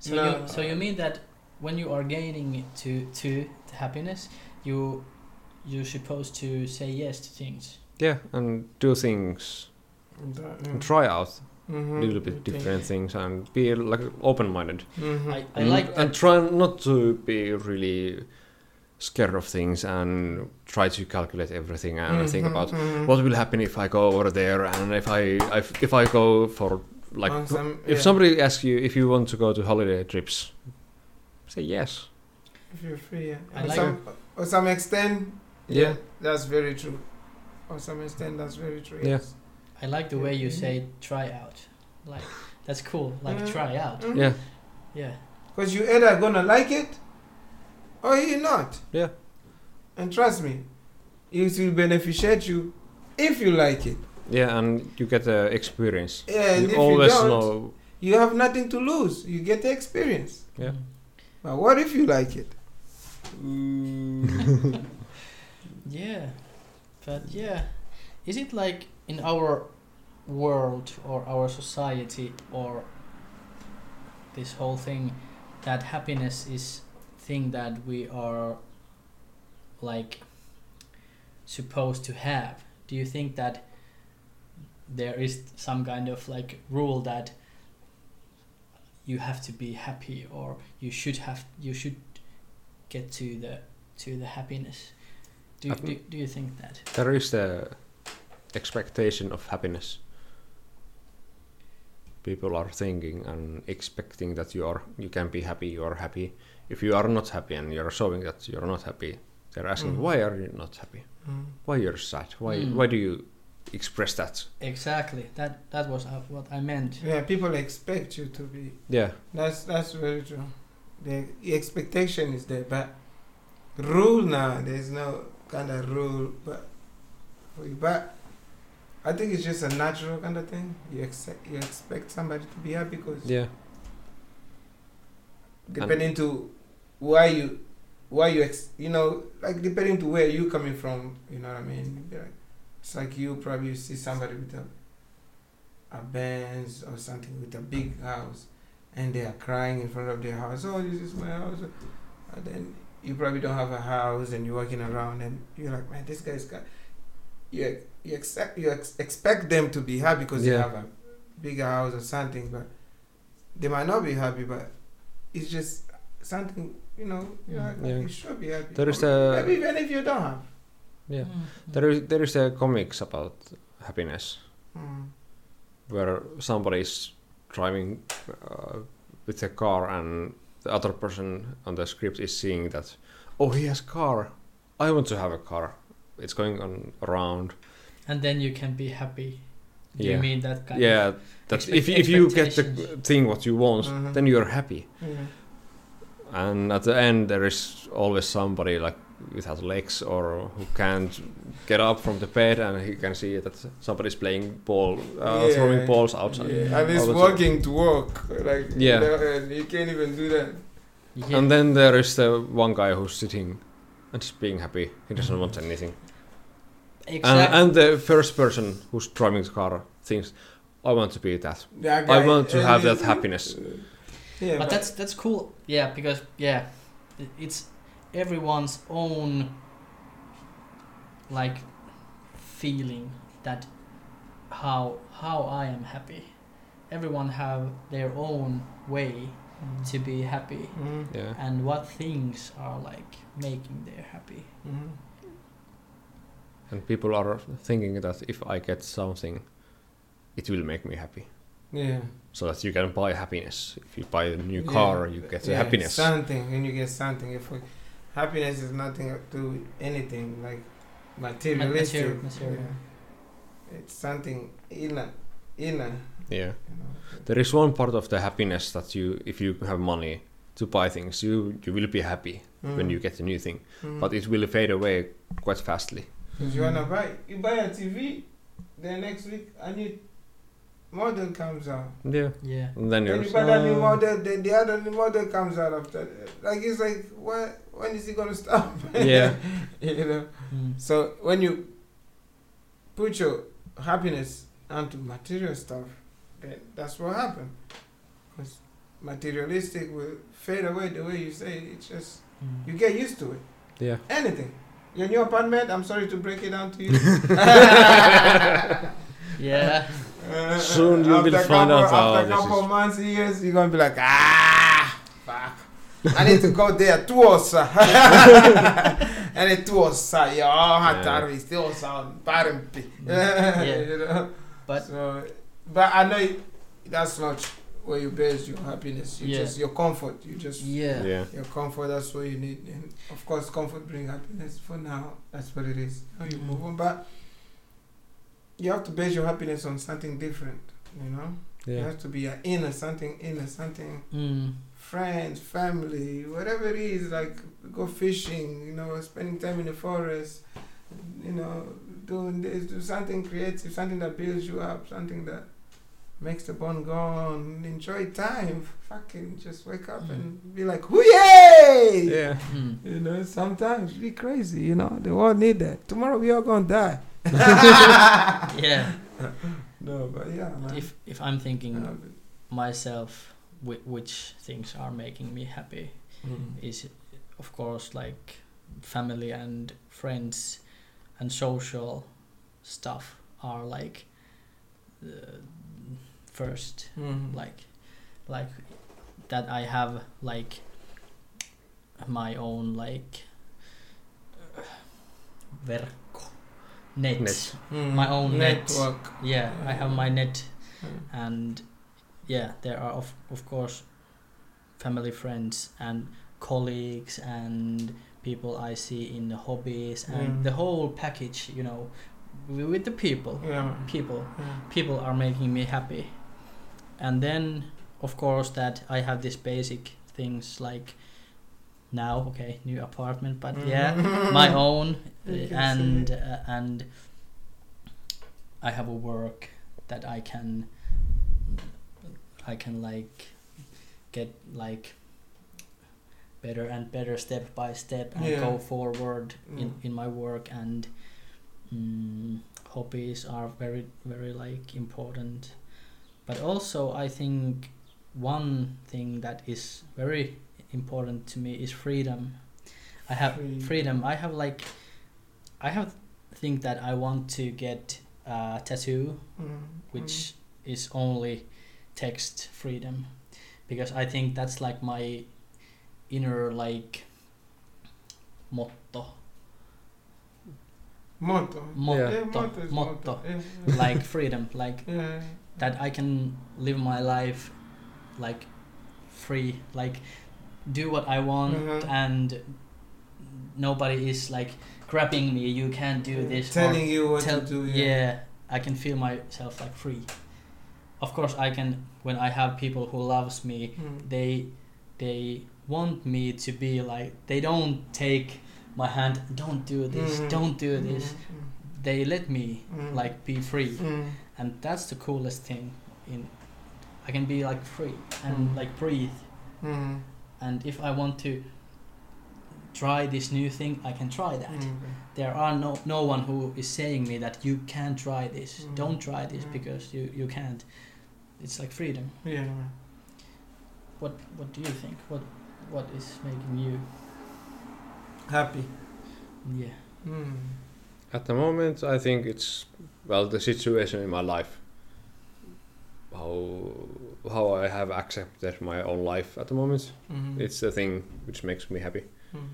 So No. you so you mean that when you are gaining to to happiness, you you're supposed to say yes to things. Yeah, and do things, and Mm. try out a Mhm. little bit different things, and be like open-minded. Mhm. I, I Mm, like and that. try not to be really scared of things and try to calculate everything and think Mhm, about mhm. what will happen if I go over there and if I if, if I go for like On some- if yeah. somebody asks you if you want to go to holiday trips, say yes. If you're free, yeah. I On like some, or some extent, Yeah. that's very true. On some extent, that's very true. Yeah. yes. I like the way you Mm-hmm. say try out. Like that's cool. Like Mm. try out. Mhm. Yeah. Yeah. Because you either gonna like it or you're not. Yeah. And trust me, it will benefit you if you like it. Yeah, and you get the experience. Yeah, and you if always you don't, know. you have nothing to lose. You get the experience. Yeah. Mm. But what if you like it? Mm. Yeah. But yeah. Is it like in our world or our society or this whole thing that happiness is thing that we are like supposed to have? Do you think that there is some kind of like rule that you have to be happy or you should have you should get to the to the happiness? Do, I do, do you think that? There is the expectation of happiness. People are thinking and expecting that you are you can be happy, you are happy. If you are not happy and you're showing that you're not happy, they're asking Mm. why are you not happy? Why you're sad? Why Mm. why do you express that? Exactly. That that was uh, what I meant. Yeah, people expect you to be Yeah. That's that's very true. The expectation is there, but rule now there's no kind of rule, but but I think it's just a natural kind of thing. You expect you expect somebody to be happy because Yeah. depending to why you why you ex, you know like depending to where you coming from, you know what I mean. Be like- It's like you probably see somebody with a a Benz or something with a big house, and they are crying in front of their house. Oh, this is my house. And then you probably don't have a house, and you're walking around, and you're like, man, this guy's got. You you expect you ex- expect them to be happy because Yeah. they have a bigger house or something, but they might not be happy. But it's just something you know. Mm. You, know, Yeah. you should be happy. There is Or a- maybe even if you don't have. Yeah. Mm. There is there is a comics about happiness Mm. where somebody is driving uh, with a car and the other person on the script is seeing that oh he has car I want to have a car it's going on around And then you can be happy. Do Yeah. you mean that kind yeah of that Expect- if if you get the expectations. thing what you want Mhm. then you're happy Mm. Yeah. and at the end there is always somebody like without legs or who can't get up from the bed and he can see that somebody's playing ball uh, Yeah. throwing balls outside Yeah. And I it's would- walking to work. Like Yeah. You, know, and you can't even do that. Yeah. and then there is the one guy who's sitting and just being happy he Mm-hmm. doesn't want anything and, exactly. and the first person who's driving the car thinks i want to be that That i guy- want to and have you- that happiness Yeah, but that's that's cool. Yeah, because yeah, i- it's everyone's own like feeling that how how I am happy. Everyone have their own way Mm. to be happy Mhm. yeah and what things are like making they happy. Mhm. and people are thinking that if i get something it will make me happy Yeah. so that you can buy happiness. If you buy a new Yeah. car, you get the Yeah, happiness. Something when you get something. If we, happiness is nothing to do with anything like materialistic. material- material. yeah. It's something inner, inner. Yeah, You know. there is one part of the happiness that you, if you have money to buy things, you you will be happy when Mm. you get a new thing, Mm. but it will fade away quite fastly. If you Mm-hmm. wanna buy, you buy a TV. Then next week a new model comes out. Yeah, Yeah. and then Then you're you buy that new Oh. "Ah." model. Then the other new model comes out after. that. Like it's like when when is it gonna stop? Yeah. you know. Mm. So when you put your happiness onto material stuff, then that's what happened. Because materialistic will fade away the way you say it. It's just Mm. you get used to it. Yeah, Anything. Your new apartment. I'm sorry to break it down to you. Mm. Yeah. Uh, Soon you after will find couple, out how After a this couple is. months, years, you're gonna be like, ah, fuck. I need to go there tuossa. Eli tuossa ja onhan Yeah. tarvis, tuossa on parempi. Yeah. you know? But- so, but I know it- that's not where you base your happiness. You Yeah. just your comfort. You just Yeah. yeah, your comfort. That's what you need. And of course, comfort brings happiness. For now, that's what it is. Now you move on, but you have to base your happiness on something different. You know, you yeah. have to be an inner something, inner something, Mm. friends, family, whatever it is. Like go fishing. You know, spending time in the forest. You know, doing this, do something creative, something that builds you up, something that makes the bond go on. Enjoy time. Fucking just wake up and be like, hoo Yeah, Mm. you know, sometimes be crazy, you know. The world need that. Tomorrow we all gonna die. Yeah. No, Oh, but yeah, man. If if I'm thinking Uh, myself whi- which things are making me happy mm. is of course like family and friends and social stuff are like uh, first Mm. like like that I have like my own like uh, verkko net, Net. Mm. my own net. network. yeah I have my net Mm. and yeah there are of, of course family friends and colleagues and people i see in the hobbies and Mm. the whole package you know w- with the people Yeah, man. people Yeah. people are making me happy and then of course that i have these basic things like now okay new apartment but yeah Mm. my own uh, You can see and it. uh, and I have a work that I can I can like get like better and better step by step and Yeah. go forward in, Mm. in my work and mm, hobbies are very very like important but also I think one thing that is very important to me is freedom I have Free- freedom. I have like, I have think that I want to get a tattoo Mm. which is only text freedom because I think that's like my inner like motto Mm. Motto. Motto. Yeah, motto is Motto. Yeah, like freedom like yeah. yeah. that I can live my life like free, like do what I want, Mhm. and nobody is like grabbing me. You can't do this. or Telling you what tell- to do. yeah. I can feel myself like free. Of course, I can when I have people who loves me. Mm. They they want me to be like. They don't take my hand. Don't do this. Mhm. Don't do this. Mm, They let me mm, mm. like be free Mm. and that's the coolest thing in i can be like free and Mm. like breathe Mm. and if i want to try this new thing i can try that Mm. there are no no one who is saying me that you can't try this Mm. don't try this Mm. because you you can't it's like freedom Yeah. what what do you think what what is making you Happy. yeah Mm. At the moment, I think it's well the situation in my life. How how I have accepted my own life at the moment. Mm. It's the thing which makes me happy, Mm.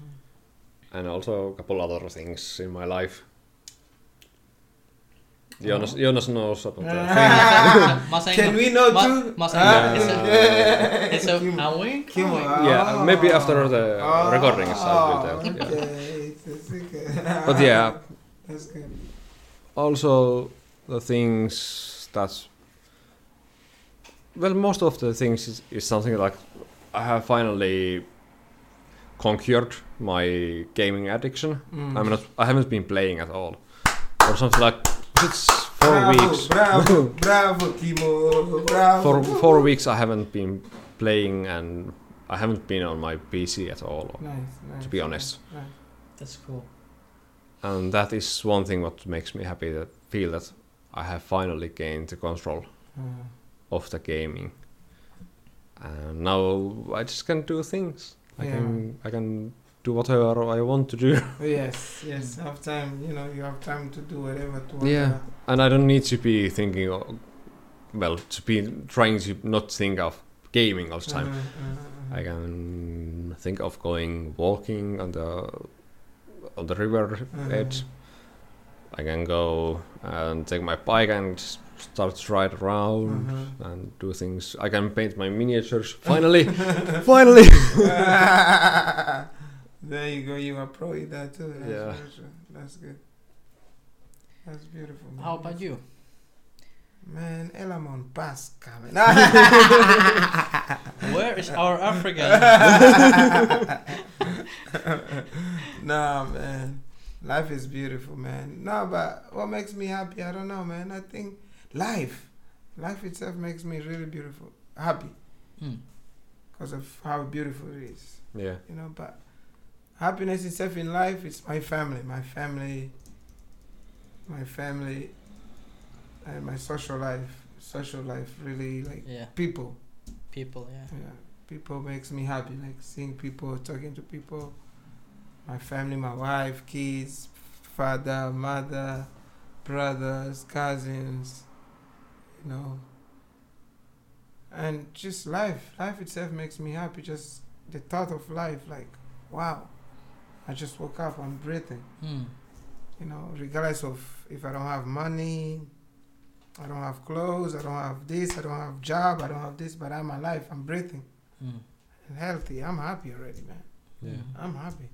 and also a couple other things in my life. Oh. Jonas, Jonas knows about that. Masengo- Can we know Ma- too? Masengo, Ah, it's a- yeah. it's a, Kim- a wink, Kim- a wink. Yeah, maybe after the Ah, recordings I'll do that, yeah. Okay. It's okay. But yeah. That's good. also the things that well most of the things is, is something like i have finally conquered my gaming addiction Mm. i'm not i haven't been playing at all or something like it's four bravo, weeks Bravo, bravo, Kimo. Bravo. for four weeks i haven't been playing and i haven't been on my pc at all Nice, nice. to be honest nice. that's cool and that is one thing what makes me happy that feel that i have finally gained the control Uh, of the gaming. And now I just can do things. I Yeah. can I can do whatever I want to do, yes, yes. Have time, you know. You have time to do whatever. To Yeah. and I don't need to be thinking, o- well, to be trying to not think of gaming all the time. Uh-huh, I can think of going walking on the on the river uh-huh. edge. I can go and take my bike and s- start to ride around Uh-huh. and do things. I can paint my miniatures. Finally, finally. there you go. You are pro in that too. That's Yeah. very true. That's good. That's beautiful. man. how about you Man, Elamon Pascal. Where is our Africa? nah, man. Life is beautiful, man. No, but what makes me happy? I don't know, man. I think life, life itself makes me really beautiful, happy, Mm. because of how beautiful it is. yeah. You know, but happiness itself in life is my family, my family, my family, and my social life. Social life really like Yeah, people. people. Yeah, Yeah, people makes me happy. Like seeing people, talking to people, my family, my wife, kids, father, mother, brothers, cousins, you know. And just life, life itself makes me happy. Just the thought of life, like, wow, I just woke up, I'm breathing. mm. You know, regardless of if I don't have money, I don't have clothes, I don't have this, I don't have job, I don't have this, but I'm alive, I'm breathing Mm. and healthy. I'm happy already, man. Yeah. I'm happy.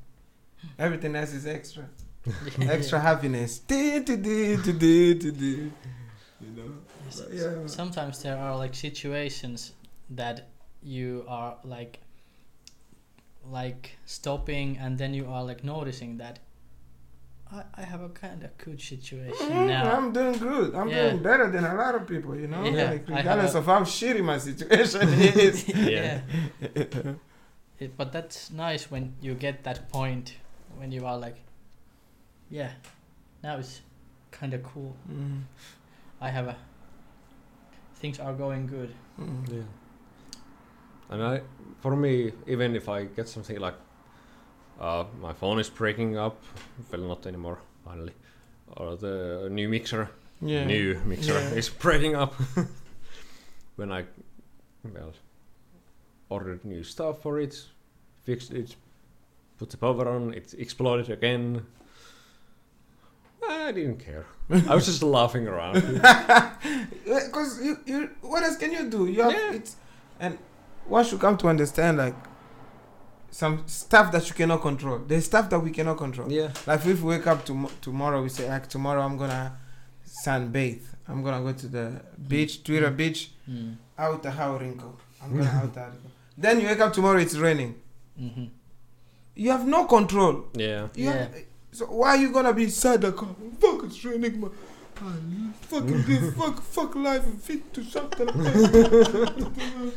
Everything else is extra. Hmm. Yeah. Extra happiness. Do, do, do, do, do, do, do. You know? Yes. But yeah. Sometimes there are like situations that you are like, like stopping, and then you are like noticing that I, I have a kind of good situation Mm, now. I'm doing good. I'm Yeah. doing better than a lot of people, you know? Yeah, like, I have regardless a- of how shitty my situation is. yeah, Yeah. It- but that's nice when you get that point when you are like, yeah, now it's kind of cool. Mm, I have a things are going good. mm. Yeah. And I, for me, even if I get something like, uh, my phone is breaking up, well, not anymore, finally, or the new mixer, Yeah. new mixer Yeah. is breaking up. when I, well, ordered new stuff for it, fixed it, put the power on, it exploded again. I didn't care. I was just laughing around. Because you, you, what else can you do? You have Yeah. it's, and one should come to understand like some stuff that you cannot control. There's stuff that we cannot control. yeah. Like if we wake up tom- tomorrow, we say like tomorrow I'm gonna sunbathe. I'm gonna go to the beach, Twitter beach, Mm. out the how wrinkle. I'm gonna out the wrinkle. Then you wake up tomorrow, it's raining. hmm You have no control. Yeah. You have- so why are you gonna be sad? Like, oh, fuck, it's raining, man. Ah, Fucking this, fuck, fuck life, fit to something.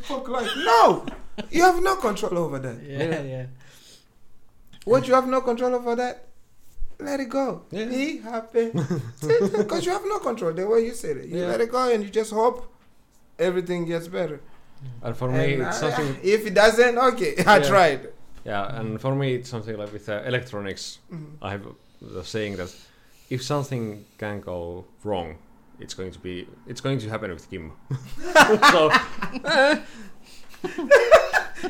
fuck life. No, you have no control over that. Yeah, yeah. What you have no control over that, let it go. Yeah. Be happy. Because you have no control. The way you said it. You Yeah. let it go and you just hope everything gets better. And for me, And, it's uh, something. If it doesn't, okay, I Yeah. tried. Yeah, and for me, it's something like with uh, electronics. Mhm. I have the saying that if something can go wrong, it's going to be it's going to happen with Kim. so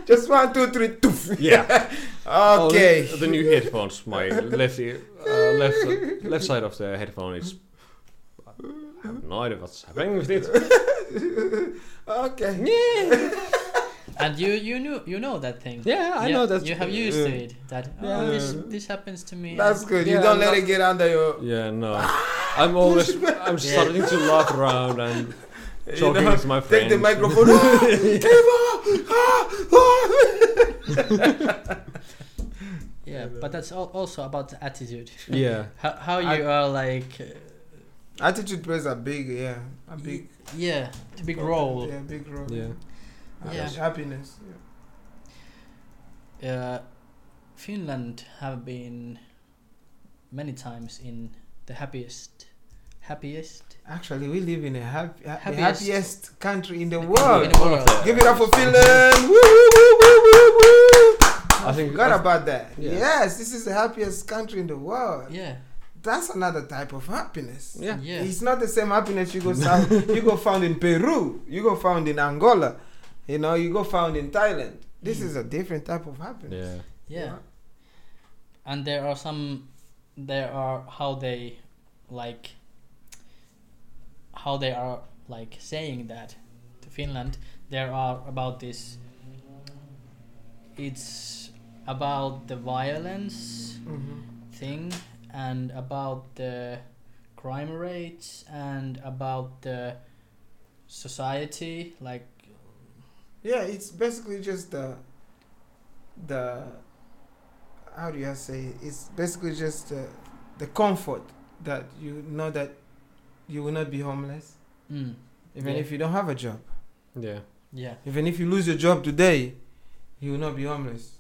Just one, two, three, toof. yeah. Okay. Oh, the, the new headphones. My left ear, uh, left left side of the headphone is. I have no idea what's happening with it. okay. And you you knew you know that thing. Yeah, I You- know that. you have used yeah. to it. That oh, Yeah. this this happens to me. That's good. you Yeah, don't let that- it get under your. Yeah, no. I'm always I'm Yeah. starting to laugh around and you talking know, to my take friends. the microphone. yeah, but that's all, also about the attitude. Yeah. How, how you are like uh, Attitude plays a big, yeah, a big, yeah, the big role. Yeah, big role. Uh, Yeah. Yeah. Happiness. yeah. Uh, Finland have been many times in the happiest happiest Actually, we live in a happy, ha- the Happiest- happiest country in the in world. the world. Give it up for Finland! Woo, woo, woo, woo, woo, woo. I think Forgot I- about that. yeah. Yes, this is the happiest country in the world. Yeah. That's another type of happiness. Yeah. Yeah. It's not the same happiness you go sound, you go found in Peru, you go found in Angola, you know, you go found in Thailand. This Mm. is a different type of happiness. Yeah. Yeah. And there are some there are how they like how they are like saying that to Finland there are about this it's about the violence Mhm. thing and about the crime rates and about the society like Yeah, it's basically just the the how do you say it? it's basically just the, the comfort that you know that you will not be homeless mm, even Yeah. if you don't have a job. Yeah. yeah Even if you lose your job today, you will not be homeless.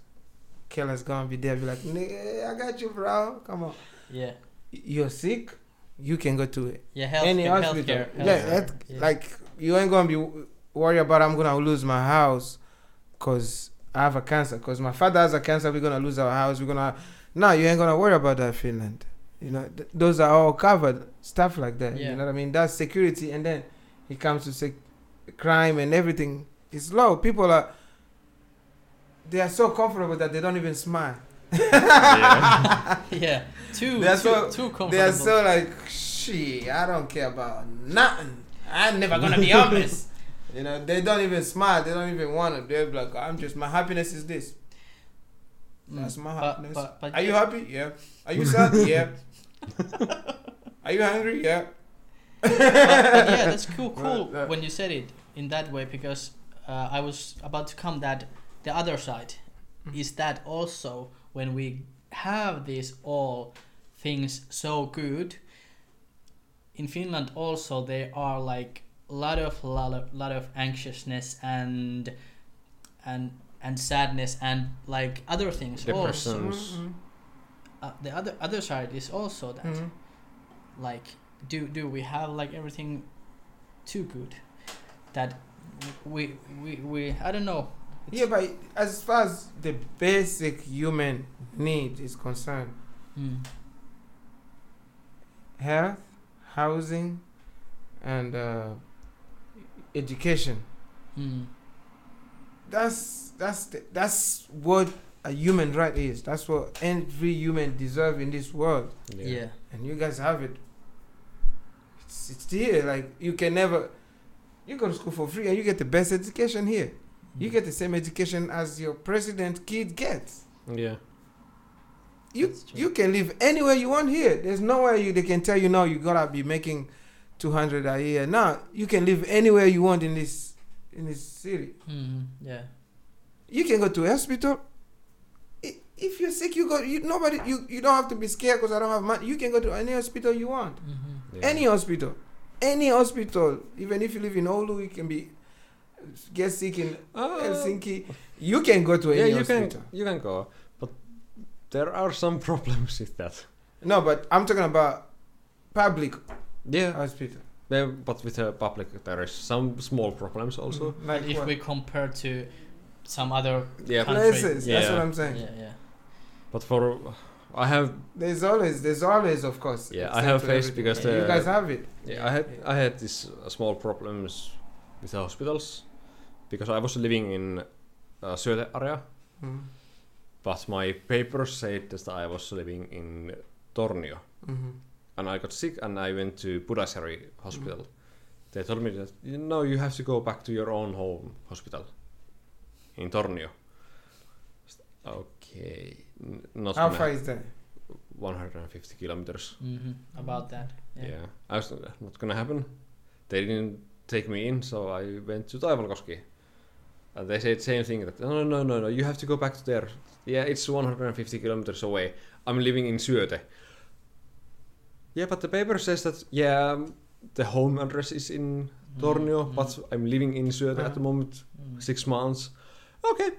Keller's gonna be there, be like, "Nigga, I got you, bro. Come on. yeah You're sick, you can go to yeah health, any hospital. healthcare, yeah, healthcare, health- like you ain't gonna be w- worried about I'm gonna lose my house, cause I have a cancer. Cause my father has a cancer. We're gonna lose our house. We're gonna. No, you ain't gonna worry about that, Finland. You know, th- those are all covered stuff like that. Yeah. You know what I mean? That's security, and then it comes to sec- crime and everything. It's low. People are. They are so comfortable that they don't even smile. yeah too They are too, so- too comfortable They are so like, she, I don't care about nothing. I'm never gonna be homeless. You know, they don't even smile. They don't even want to. They're like, I'm just, my happiness is this. Mm, That's my but- happiness. but- but Are you yeah. happy? Yeah. Are you sad? yeah. Are you hungry? Yeah. but, but yeah, that's cool. Cool Right, right. when you said it in that way because uh, I was about to come that the other side Mm. is that also when we have these all things so good in Finland also there are like lot of lot of, lot of anxiousness and and and sadness and like other things also Depressions. Mhm. uh, the other other side is also that Mhm. like do do we have like everything too good that we we we I don't know Yeah, but as far as the basic human need is concerned, mm. health, housing, and uh, education. Mm. that's that's the, that's what a human right is. That's what every human deserve in this world, Yeah. and you guys have it. It's, it's here. Like you can never. You go to school for free, and you get the best education here. Mm. You get the same education as your president kid gets. Yeah. You That's true. you can live anywhere you want here. There's nowhere you they can tell you now you gotta be making two hundred a year. Now you can live anywhere you want in this in this city. Mhm, yeah. You can go to hospital. I- If you're sick, you go. You, nobody. You, you don't have to be scared because I don't have money. You can go to any hospital you want. Mhm. yeah. Any hospital, any hospital. Even if you live in Oulu, you can be get sick in Uh, Helsinki. You can go to yeah, any you hospital. can you can go, but there are some problems with that. No, but I'm talking about public Yeah. hospital. Yeah, but with the public, there is some small problems also. Mm, like and if what? we compare to some other Yeah, Country. places. That's Yeah. what I'm saying. yeah yeah but for I have There's always, there's always, of course. Yeah, I except have for faced everything. because you the- guys have it. yeah, I had I had these uh, small problems with the hospitals because I was living in uh, Söder area, Mm, but my papers said that I was living in Tornio, mhm. and I got sick and I went to Pudasjärvi hospital. Mm-hmm. They told me that no, you have to go back to your own home hospital in Tornio. Okay, n- not How gonna- far is that? 150 kilometers. hmm about that Yeah. yeah I was not gonna happen. They didn't take me in, so I went to Taivalkoski. And they said same thing that no, no, no, no, you have to go back to there. Yeah, it's 150 kilometers away. I'm living in Syöte. Yeah, but the paper says that yeah, um, the home address is in Tornio, Mhm. but I'm living in Syöte at the moment, Mhm. six months. Okay,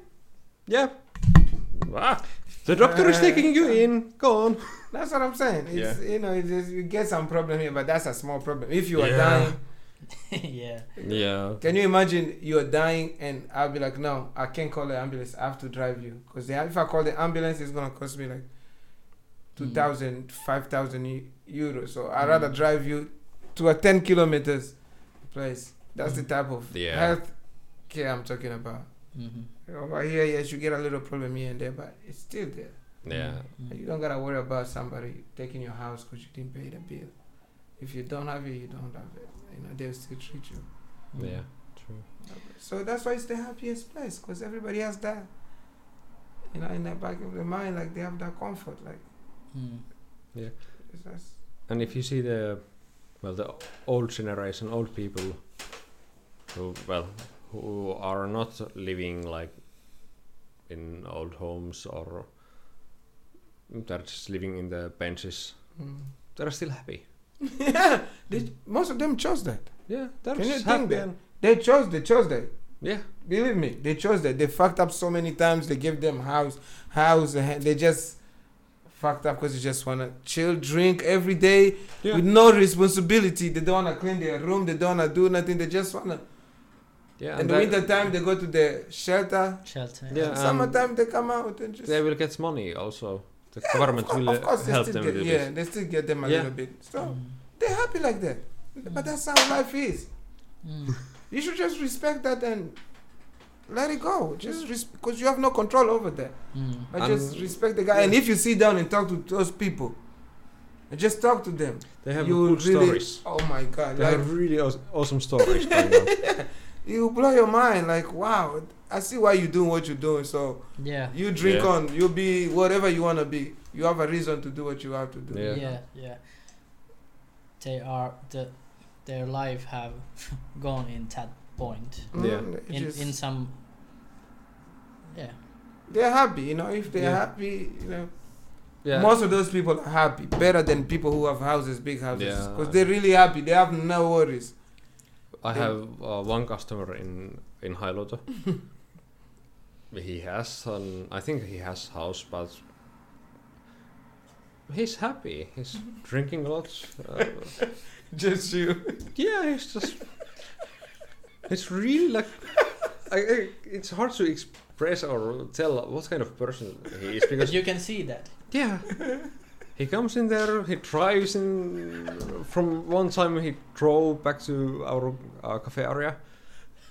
yeah. Ah, the doctor is taking you in. Go on. That's what I'm saying. It's, You know, it's, it's- you get some problem here, but that's a small problem. If you are Yeah. dying, yeah Yeah. can you imagine you are dying and I'll be like, no, I can't call the ambulance. I have to drive you because if I call the ambulance, it's gonna cost me like two thousand, five thousand euros. So I would rather Mm. drive you to a ten kilometers place. That's the Mm. type of Yeah. health care I'm talking about. mm-hmm. Over here, yes, you get a little problem here and there, but it's still there. Yeah. Mm-hmm. You don't gotta worry about somebody taking your house because you didn't pay the bill. If you don't have it, you don't have it. You know, they'll still treat you. Yeah. True. So that's why it's the happiest place because everybody has that, you know, in the back of their mind, like they have that comfort. Like, mm it's just, And if you see the, well, the old generation, old people, who well, who are not living like in old homes or they're just living in the benches, mm. they're still happy. yeah, they, most of them chose that. Yeah, they're Can you just think happy. that? and- They chose, they chose that. Yeah, Believe me, they chose that. They fucked up so many times. They gave them house, house. and They just fucked up because they just wanna chill, drink every day yeah, with no responsibility. They don't wanna clean their room. They don't wanna do nothing. They just wanna. yeah. In And the they, winter time, they go to the shelter. shelter Yeah, um, In and- summertime, they come out and just. they will get money also. The government will of uh, course, they help still them with get, it. yeah, they still get them a Yeah. little bit. So Mm. they're happy like that. But that's how life is. Mm. You should just respect that and let it go. Just because you have no control over that. Mm. I Mm. And- just respect the guy. And if you sit down and talk to those people, and just talk to them, They have you will good really. stories. Oh my god! They Like have really aw- awesome stories. going on. you will blow your mind. Like wow, I see why you doing what you're doing. So yeah you drink Yeah. on. You be whatever you wanna be. You have a reason to do what you have to do. Yeah. yeah yeah, they are the their life have gone in that point Mm, Yeah. they in, just- in some yeah they're happy. You know, if they're Yeah. happy, you know, yeah. most of those people are happy. Better than people who have houses, big houses, Yeah. because they're really happy. They have no worries. I Then- have uh, one customer in in Hailuoto. he has an I think he has house, but he's happy. He's drinking a lot. Uh, Just you. yeah, he's just. It's really like I, I, it's hard to express or tell what kind of person he is But because you can see that yeah. He comes in there, he drives in. From one time he drove back to our uh, cafe area.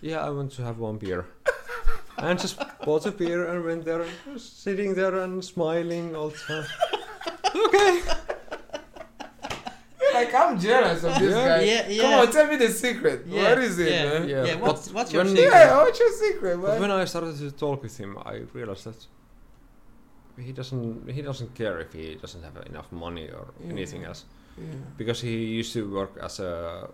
Yeah, I want to have one beer. and just bought a beer and went there, and sitting there and smiling all the time. okay. Like I'm jealous of this Yeah. guy. Yeah, Come yeah. on, tell me the secret. Yeah, What is it, yeah. man? Yeah, Yeah, but what's, what's your when- secret? Yeah, what's your secret, But man? when I started to talk with him, I realized that he doesn't he doesn't care if he doesn't have enough money or Yeah. anything else Yeah. because he used to work as a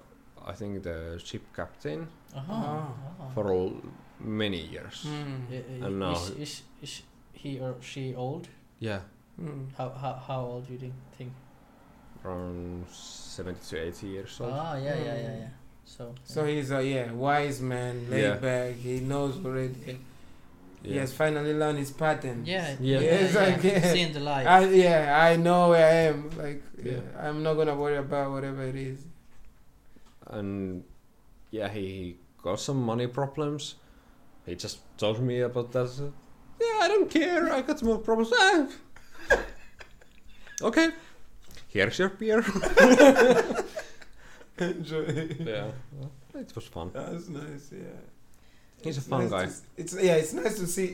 I think the ship captain Uh-huh. Ah. uh-huh. for l- many years. I- Mm. i- And now- is, is, is he or she old? Yeah, Mm. How how, how old do you think? think? around seventy to eighty years old. Ah, yeah, yeah, yeah, Mm. yeah. So, So he's a yeah wise man, laid Yeah. back. He knows already. He Yeah. has finally learned his pattern. yeah, Yeah. yeah, yeah, Yes, yeah, I get- Seen the light. I, yeah, I know where I am. Like, yeah. Yeah. I'm not gonna worry about whatever it is. and yeah, he got some money problems. He just told me about that. uh, Yeah, I don't care. I got more problems. Ah. okay, here's your beer. Enjoy. yeah, it was fun. That's nice. Yeah. He's a It's fun nice guy. to s- it's yeah, it's nice to see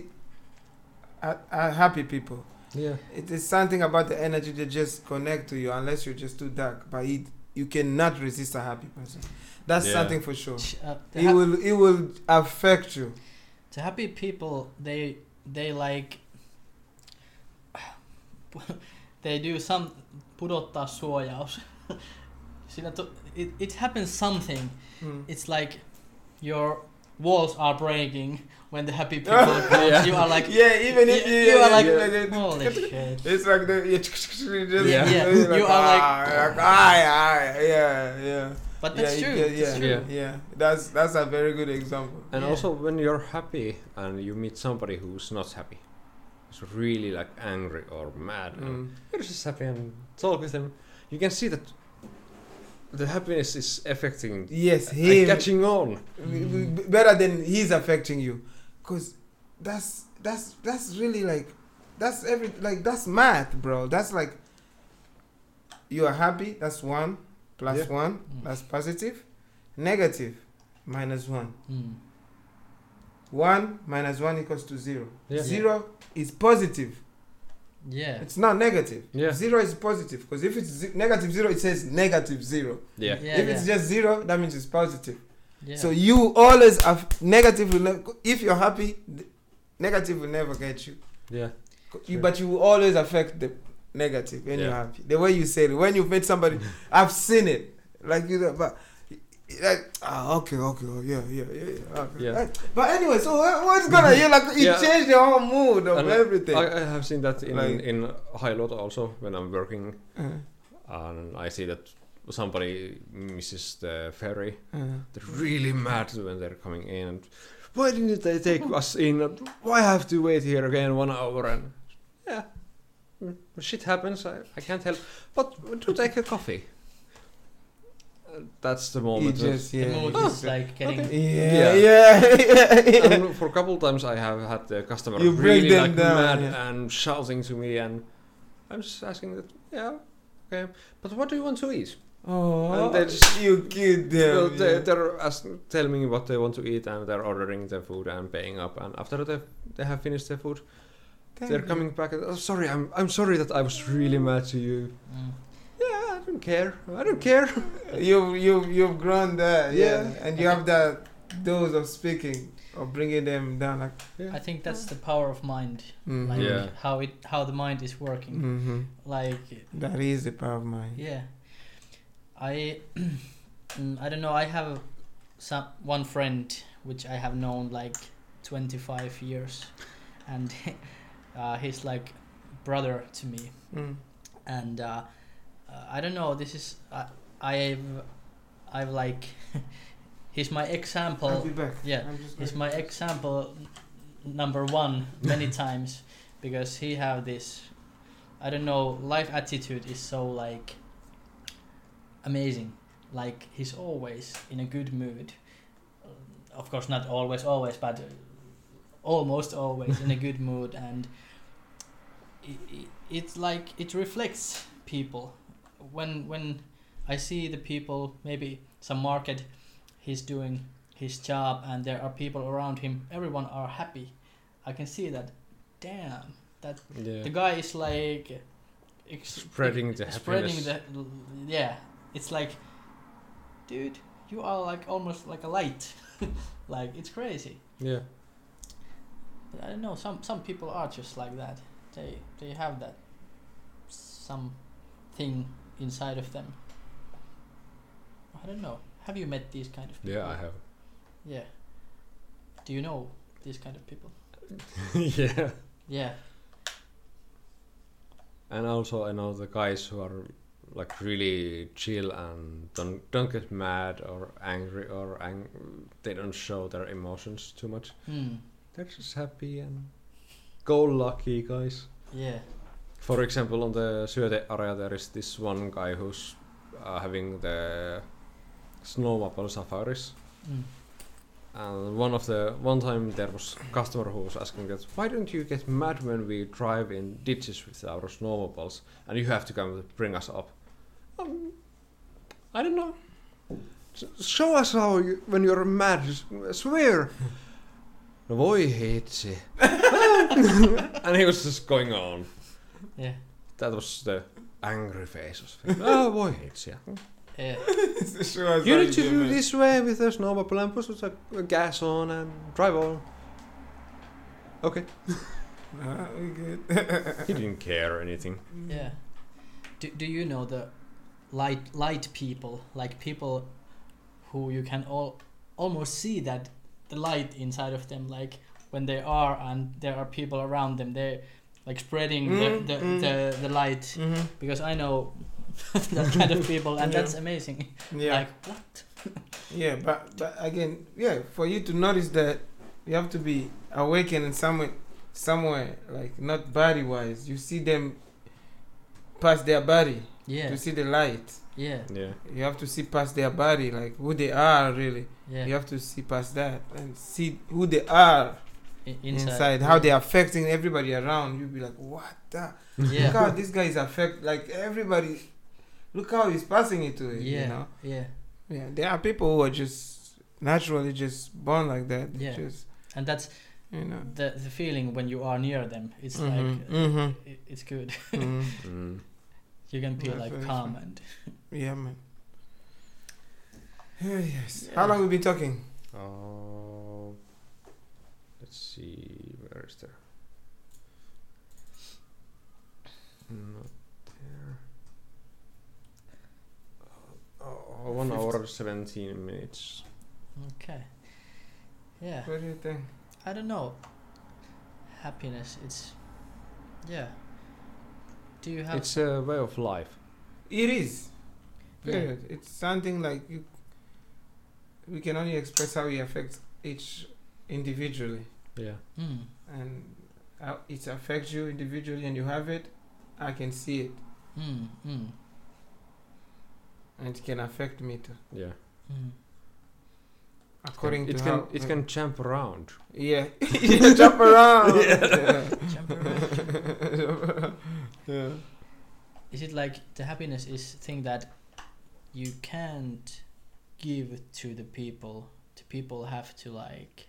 uh, uh, happy people. Yeah, It is something about the energy that just connect to you, unless you're just too dark. But it, you cannot resist a happy person. That's Yeah. something for sure. Uh, the, It hap- will it will affect you. the happy people, they they like they do some pudottaa suojaus. Siinä to, it, it happens something. Mm. It's like your walls are breaking when the happy people comes. Yeah. You are like yeah, even if you, you, you are like yeah, yeah. holy shit. It's like the you just Yeah. Yeah. it's You are like- ah, ah, ah, yeah, yeah. But that's yeah, true. you get- yeah, that's true. Yeah. yeah. That's that's a very good example. and Yeah. also when you're happy and you meet somebody who's not happy, who's really like angry or mad, Mm. and you're just happy and talk with them. You can see that the happiness is affecting Yes, and him catching on. w- w- b- better than he's affecting you, cause that's that's that's really like that's every like that's math, bro. That's like you are happy. That's one plus Yeah. one. Mm. That's positive. Negative minus one. Mm. One minus one equals to zero. Yeah. Zero is positive. Yeah. It's not negative. Yeah. Zero is positive because if it's z- negative zero, it says negative zero. Yeah. Yeah, if it's yeah. just zero, that means it's positive. yeah. So you always have negative. will ne- If you're happy, th- negative will never get you. Yeah. Co- you Sure. but you will always affect the negative when you're Yeah. happy. The way you said it, when you've met somebody, I've seen it. Like you, know, but like ah, okay, okay, oh, yeah, yeah, yeah, yeah. okay. Yeah. Like, but anyway, so wha- what's gonna you like? It Yeah. changed the whole mood of And uh, everything. I, I have seen that in Like- in high lot also when I'm working, Uh, and I see that somebody misses the ferry. uh. They're really mad when they're coming in. And, why didn't they take us in? And Why have to wait here again one hour? And yeah, mm, shit happens. I, I can't help. But to take a coffee. Uh, That's the You moment. when- just the yeah, mood you is just- like getting. yeah, yeah, Yeah. yeah. and for a couple times I have had the customer You break really them like down, mad yeah. and shouting to me and I'm just asking that yeah okay but what do you want to eat? Oh, And they just- you kid Well, them. they, yeah. They're ask, telling me what they want to eat and they're ordering their food and paying up and after they they have finished their food Thank they're you. coming back and oh, sorry I'm I'm sorry that I was really mad to you. Mm. Yeah I don't care I don't care. You've you've you've grown there, yeah, Yeah. and you have that dose of speaking of bringing them down, like I think that's the power of mind, like Yeah. how it how the mind is working. Mhm. Like That is the power of mind. yeah, I mm, I don't know. I have some one friend which I have known like 25 years, and uh, he's like brother to me. Mm. and uh, uh, I don't know. This is I, I've I've like he's my I'll example. be back. yeah, I'm just He's going- my example n- number one many times because he have this. I don't know. Life attitude is so like amazing. Like he's always in a good mood. Uh, Of course, not always, always, but uh, almost always in a good mood, and i i it's like it reflects people. When when I see the people, maybe some market, he's doing his job and there are people around him everyone are happy i can see that damn that the Yeah. guy is like ex- Spreading the spreading happiness. the yeah it's like dude you are like almost like a light like it's crazy Yeah. but i don't know some some people are just like that they they have that some thing inside of them i don't know have you met these kind of people Yeah, I have. yeah do you know these kind of people yeah. yeah And also I know the guys who are like really chill and don't don't get mad or angry or ang- they don't show their emotions too much. hmm They're just happy and go lucky guys. yeah For example, on the Syöte area there is this one guy who's uh, having the snowmobile safaris. mm. And one of the one time there was customer who was asking that why don't you get mad when we drive in ditches with our snowmobiles and you have to come bring us up? Um, I don't know. S- show us how you, when you're mad. s- Swear. No Voi hitsi. and he was just going on. yeah That was the angry face of him. Oh, voi hitsi. yeah Show us You how need to do, do man. this way with a snowmobile and push the uh, gas on and drive on. Okay. Ah, we good. He didn't care or anything. Yeah. Do, do you know the light light people, like people who you can all almost see that the light inside of them, like when they are and there are people around them, they're like spreading Mm, the, the, mm. the, the light Mhm. because I know that kind of people and Yeah. that's amazing. Yeah. Like what? Yeah, but but again, yeah, for you to notice that you have to be awakened in somewhere, somewhere like not body wise. You see them past their body Yeah, to see the light. yeah, Yeah. You have to see past their body, like who they are really. yeah. You have to see past that and see who they are I- inside, how they're affecting everybody around. You'll be like, what the? Look Yeah, how this guy is affect like everybody. Look how he's passing it to it. You know. yeah, yeah. Yeah, there are people who are just naturally just born like that. They Yeah. Just And that's you know. the the feeling when you are near them. It's like uh, Mhm, mhm, i- it's good. mhm. Mm. You can feel Yeah, like very calm true. and Yeah, man. Yeah, yes. How Yeah. long we been talking? Uh, let's see. Where is there? Not there. Oh, one hour seventeen minutes. okay. Yeah, What do you think? I don't know. Happiness, it's yeah. Do you have? It's uh, a way of life. It is. Yeah. Period. It's something like you. We can only express how it affects each individually, Yeah. Mm, and how it affects you individually, and you have it. I can see it, mm, mm, and it can affect me too. Yeah. mm. According it to can how it can jump around. Yeah, jump around. Jump around. yeah. Is it like the happiness is thing that you can't give to the people? The people have to like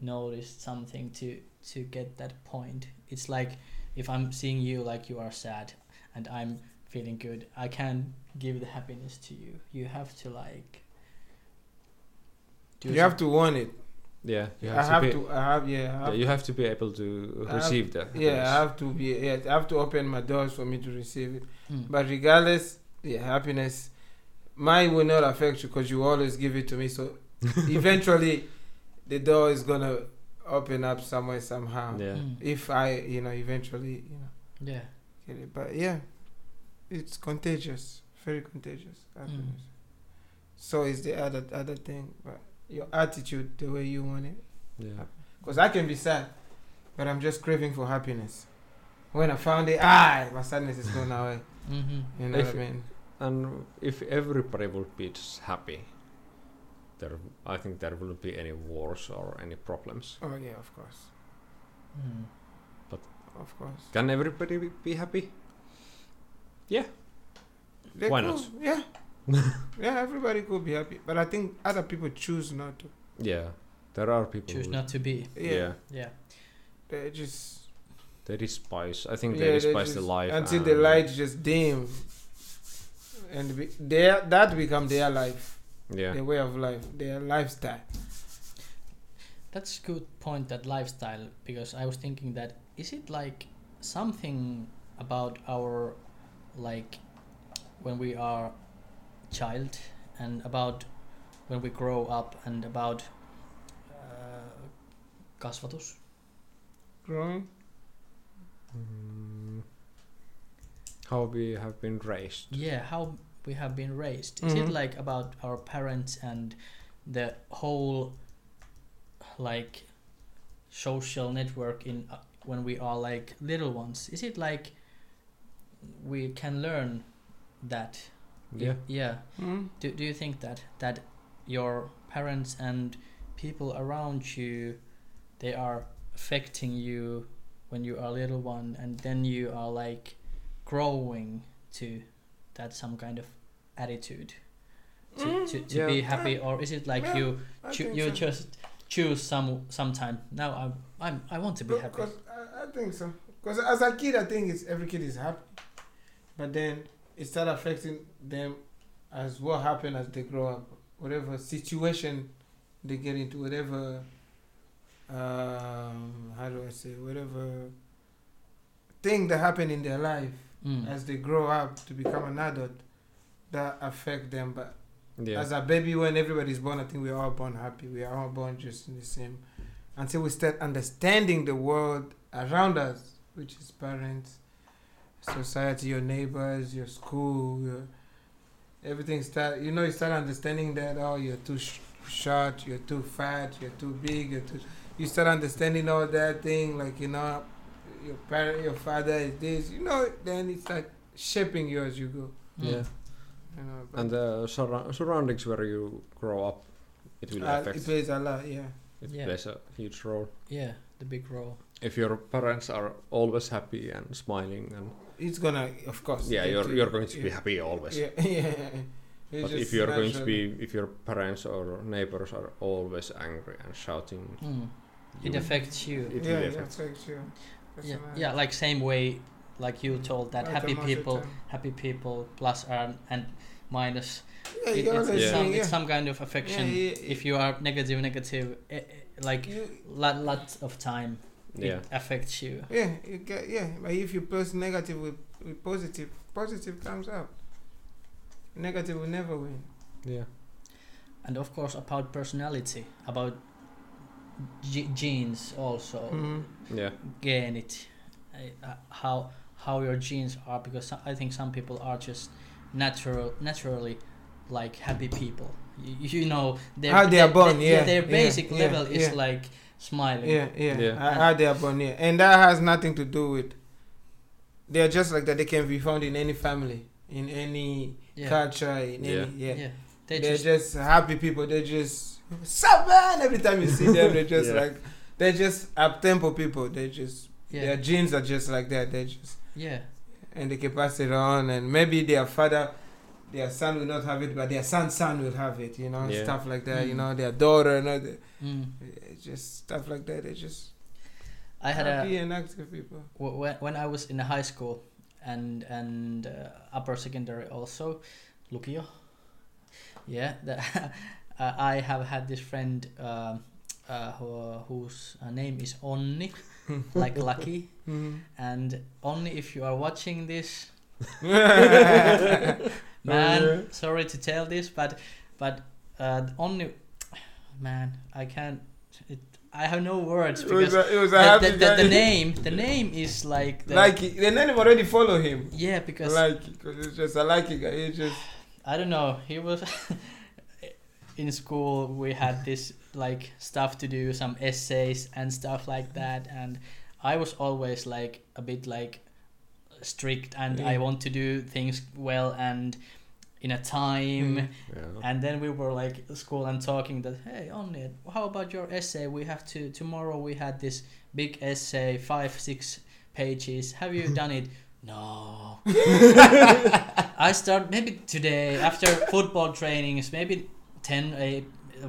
notice something to to get that point. It's like if I'm seeing you like you are sad and I'm feeling good, I can give the happiness to you. You have to like You have to want it. Yeah. You I have be- to. I have. Yeah. I Yeah, have, you have to be able to I have- receive that. yeah, I have to be. Yeah, I have to open my doors for me to receive it. Mm. But regardless, yeah, happiness, mine will not affect you because you always give it to me. So eventually, the door is gonna open up somewhere somehow. yeah. Mm. If I, you know, eventually, you know, yeah. get it. But yeah, it's contagious. Very contagious. Happiness. So is the other other thing, but your attitude, the way you want it. Hmm. yeah. Because I can be sad, but I'm just craving for happiness. When I found it, ah, my sadness is gone away. Mm-hmm. You know If- what I mean? And if everybody would be just happy, there I think there wouldn't be any wars or any problems. Oh, yeah, of course. Mm. Of course. Can everybody be- be happy? They Why cool, not? Yeah. yeah, everybody could be happy, but I think other people choose not to. Yeah, there are people. Choose who- not to be. Yeah, yeah, Yeah. they just. they despise. I think yeah, they despise just, the life until and the light just dim, and be, their that become their life, Yeah, their way of life, their lifestyle. That's good point that lifestyle because I was thinking that is it like something about our like when we are child and about when we grow up and about uh, kasvatus Growing. Mm. how we have been raised. yeah how we have been raised is it Mhm. like about our parents and the whole like social network in uh, when we are like little ones is it like we can learn that Yeah, yeah Mm. do, do you think that that your parents and people around you they are affecting you when you are little one and then you are like growing to that some kind of attitude to, to, to be Yeah. happy or is it like Mm, Yeah, you I choo- think you so. just choose some sometime now I'm, I'm i want to be happy Because I, I think so. Because as a kid, I think it's every kid is happy, but then it start affecting them as what happen as they grow up, whatever situation they get into, whatever. Um, how do I say? Whatever thing that happen in their life Mm. as they grow up to become an adult, that affect them. But yeah, as a baby, when everybody's born, I think we're all born happy. We are all born just in the same. Until we start understanding the world around us, which is parents, society, your neighbors, your school, your, everything. Start you know you start understanding that oh you're too sh- short, you're too fat, you're too big, you're too. You start understanding all that thing like you know your parent, your father is this. You know then it's like shaping you as you go. Mm. yeah. You know, but, And the surra- surroundings where you grow up, it will uh, affect. it plays a lot, yeah. It Yeah. plays a huge role. yeah the big role If your parents are always happy and smiling, and It's gonna, of course. yeah, it- you're you're going to be yeah, happy always. Yeah, yeah. It's But if just you're going to natural. be, if your parents or neighbors are always angry and shouting, Mm. you it will- affects you it yeah, will it affect. affects you. yeah, yeah like same way like you told that Right, happy most of the people time. happy people plus and, and minus Yeah, It- you're it's, it's always Yeah. Some, saying, it's some kind of affection Yeah, yeah, if you are negative negative eh, eh, like You, lot lots of time Yeah, it affects you yeah, you get, yeah. But if you post negative with, with positive, positive comes out. Negative will never win. yeah, and of course about personality about g- genes also Mhm. yeah, genit eh, uh, how how your genes are because so- I think some people are just natural naturally like happy people you, you know their- How they are their- born, their- yeah, their yeah, basic yeah, level is yeah. like smiling Yeah, yeah. Yeah. I, how they are born, yeah. And that has nothing to do with. They are just like that. They can be found in any family, in any yeah. culture, in any yeah. yeah. They're, They just, just, happy people. They're just seven. Every time you see them, they're just Yeah. like they're just up tempo people. They just yeah their genes are just like that. They just yeah and they can pass it on. And maybe their father, their son will not have it, but their son's son will have it. You know, Yeah. stuff like that. You Mm. know, their daughter, you know, the- mm. it's just stuff like that. They just I had a happy and active people. when, when I was in high school and and uh, upper secondary also, Lukio. Yeah, that, uh, I have had this friend um uh, who, whose uh, name is Onni, like Lucky. Mm-hmm. And Onni, if you are watching this, man, Oh, yeah. sorry to tell this, but but uh, Onni, man, I can't. It, I have no words It was because a, it was a the, happy the, the, the guy. name the name is like the, Like the name already follow him. yeah because Like because it's just a like guy. It's just I don't know. He was in school. We had this like stuff to do, some essays and stuff like that. And I was always like a bit like strict, and I Yeah. want to do things well and in a time. Mm. yeah. And then we were like at school and talking that hey Onni, how about your essay? We have to tomorrow. We had this big essay, five six pages. Have you done it? No. I start maybe today after football trainings, maybe 10 a,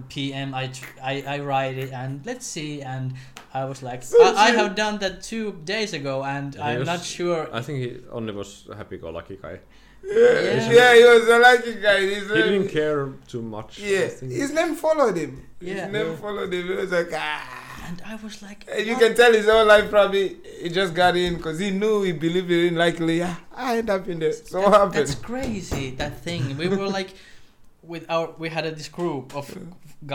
p.m. I, tr- I I write it and let's see. And I was like, I, I have done that two days ago, and He I'm was- not sure. I think he only was a happy-go-lucky guy. Yeah, Yeah. yeah, he was a lucky guy. His He name, didn't care too much. I yeah, think. his name followed him. Yeah. His name followed him. He was like, ah. And I was like, And you what? can tell his whole life probably he just got in because he knew he believed in likely. Ah, I end up in there. So what That- happened? That's crazy. That thing. We were like, with our we had a, this group of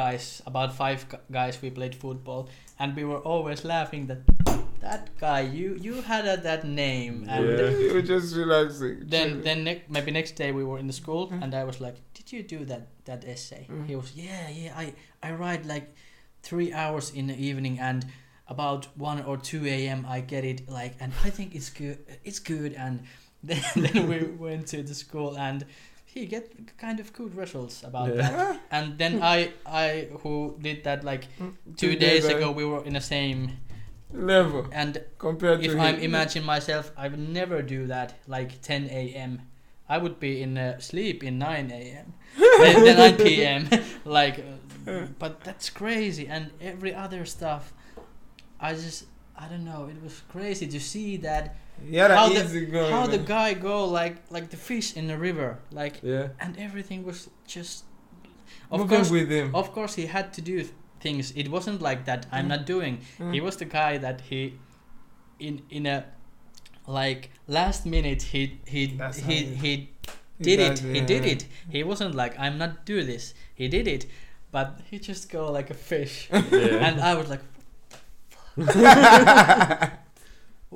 guys, about five gu- guys. We played football, and we were always laughing that that guy. You you had a, that name, and uh, Yeah. He was just relaxing. then chilling. then ne- maybe next day we were in the school, Mm. and I was like, did you do that that essay? Mm. He was yeah yeah I I write like three hours in the evening and. About one or two a.m. I get it like, and I think it's good. It's good, and then, then we went to the school and he get kind of good results about Yeah. that Ah, and then i i who did that like Hmm? two days together. ago we were in the same level and compared if to i'm him. imagine myself i would never do that like 10 a.m i would be in uh, sleep in 9 a.m then, then 9 p.m like uh, but that's crazy and every other stuff i just i don't know it was crazy to see that He had how an the- easy going. how the man. guy go like like the fish in the river like Yeah. and everything was just of Moving course with him. of course he had to do things it wasn't like that i'm Mm. not doing Mm. he was the guy that he in in a like last minute he he That's he, how it- he did it does, he did yeah. it he wasn't like i'm not do this he did it but he just go like a fish yeah. and i was like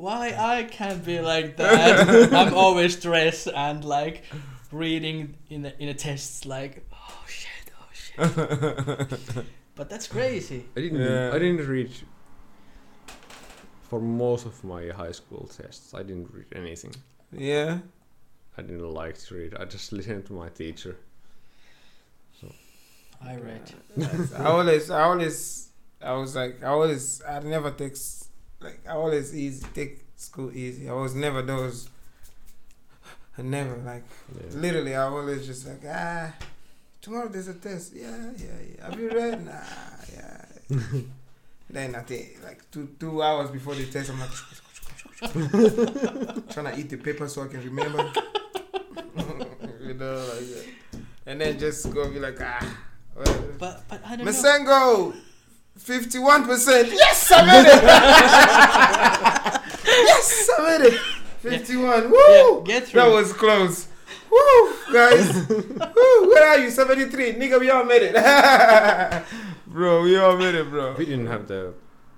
why I can't be like that. I'm always stressed and like reading in the in the tests like oh shit, oh shit. But that's crazy. I didn't. Yeah. I didn't read. For most of my high school tests, I didn't read anything. yeah. I didn't like to read. I just listened to my teacher. I read. I always, I always, I was like, I always, I never take, s- like, I always easy take school easy. I was never those. I never like Yeah. literally. I always just like ah, tomorrow there's a test. Yeah, yeah, yeah. Have you read? Nah, yeah. then I think like two two hours before the test, I'm like trying to eat the paper so I can remember. you know, like, that. and then just go be like ah. well, But but I don't know. Masengo, fifty-one percent. Yes, I made it. yes, I made it. Fifty-one. Yeah, Woo! get That through. was close. Woo, guys. Woo, where are you? Seventy-three. Nigga, we all made it. bro, we all made it, bro. We didn't have the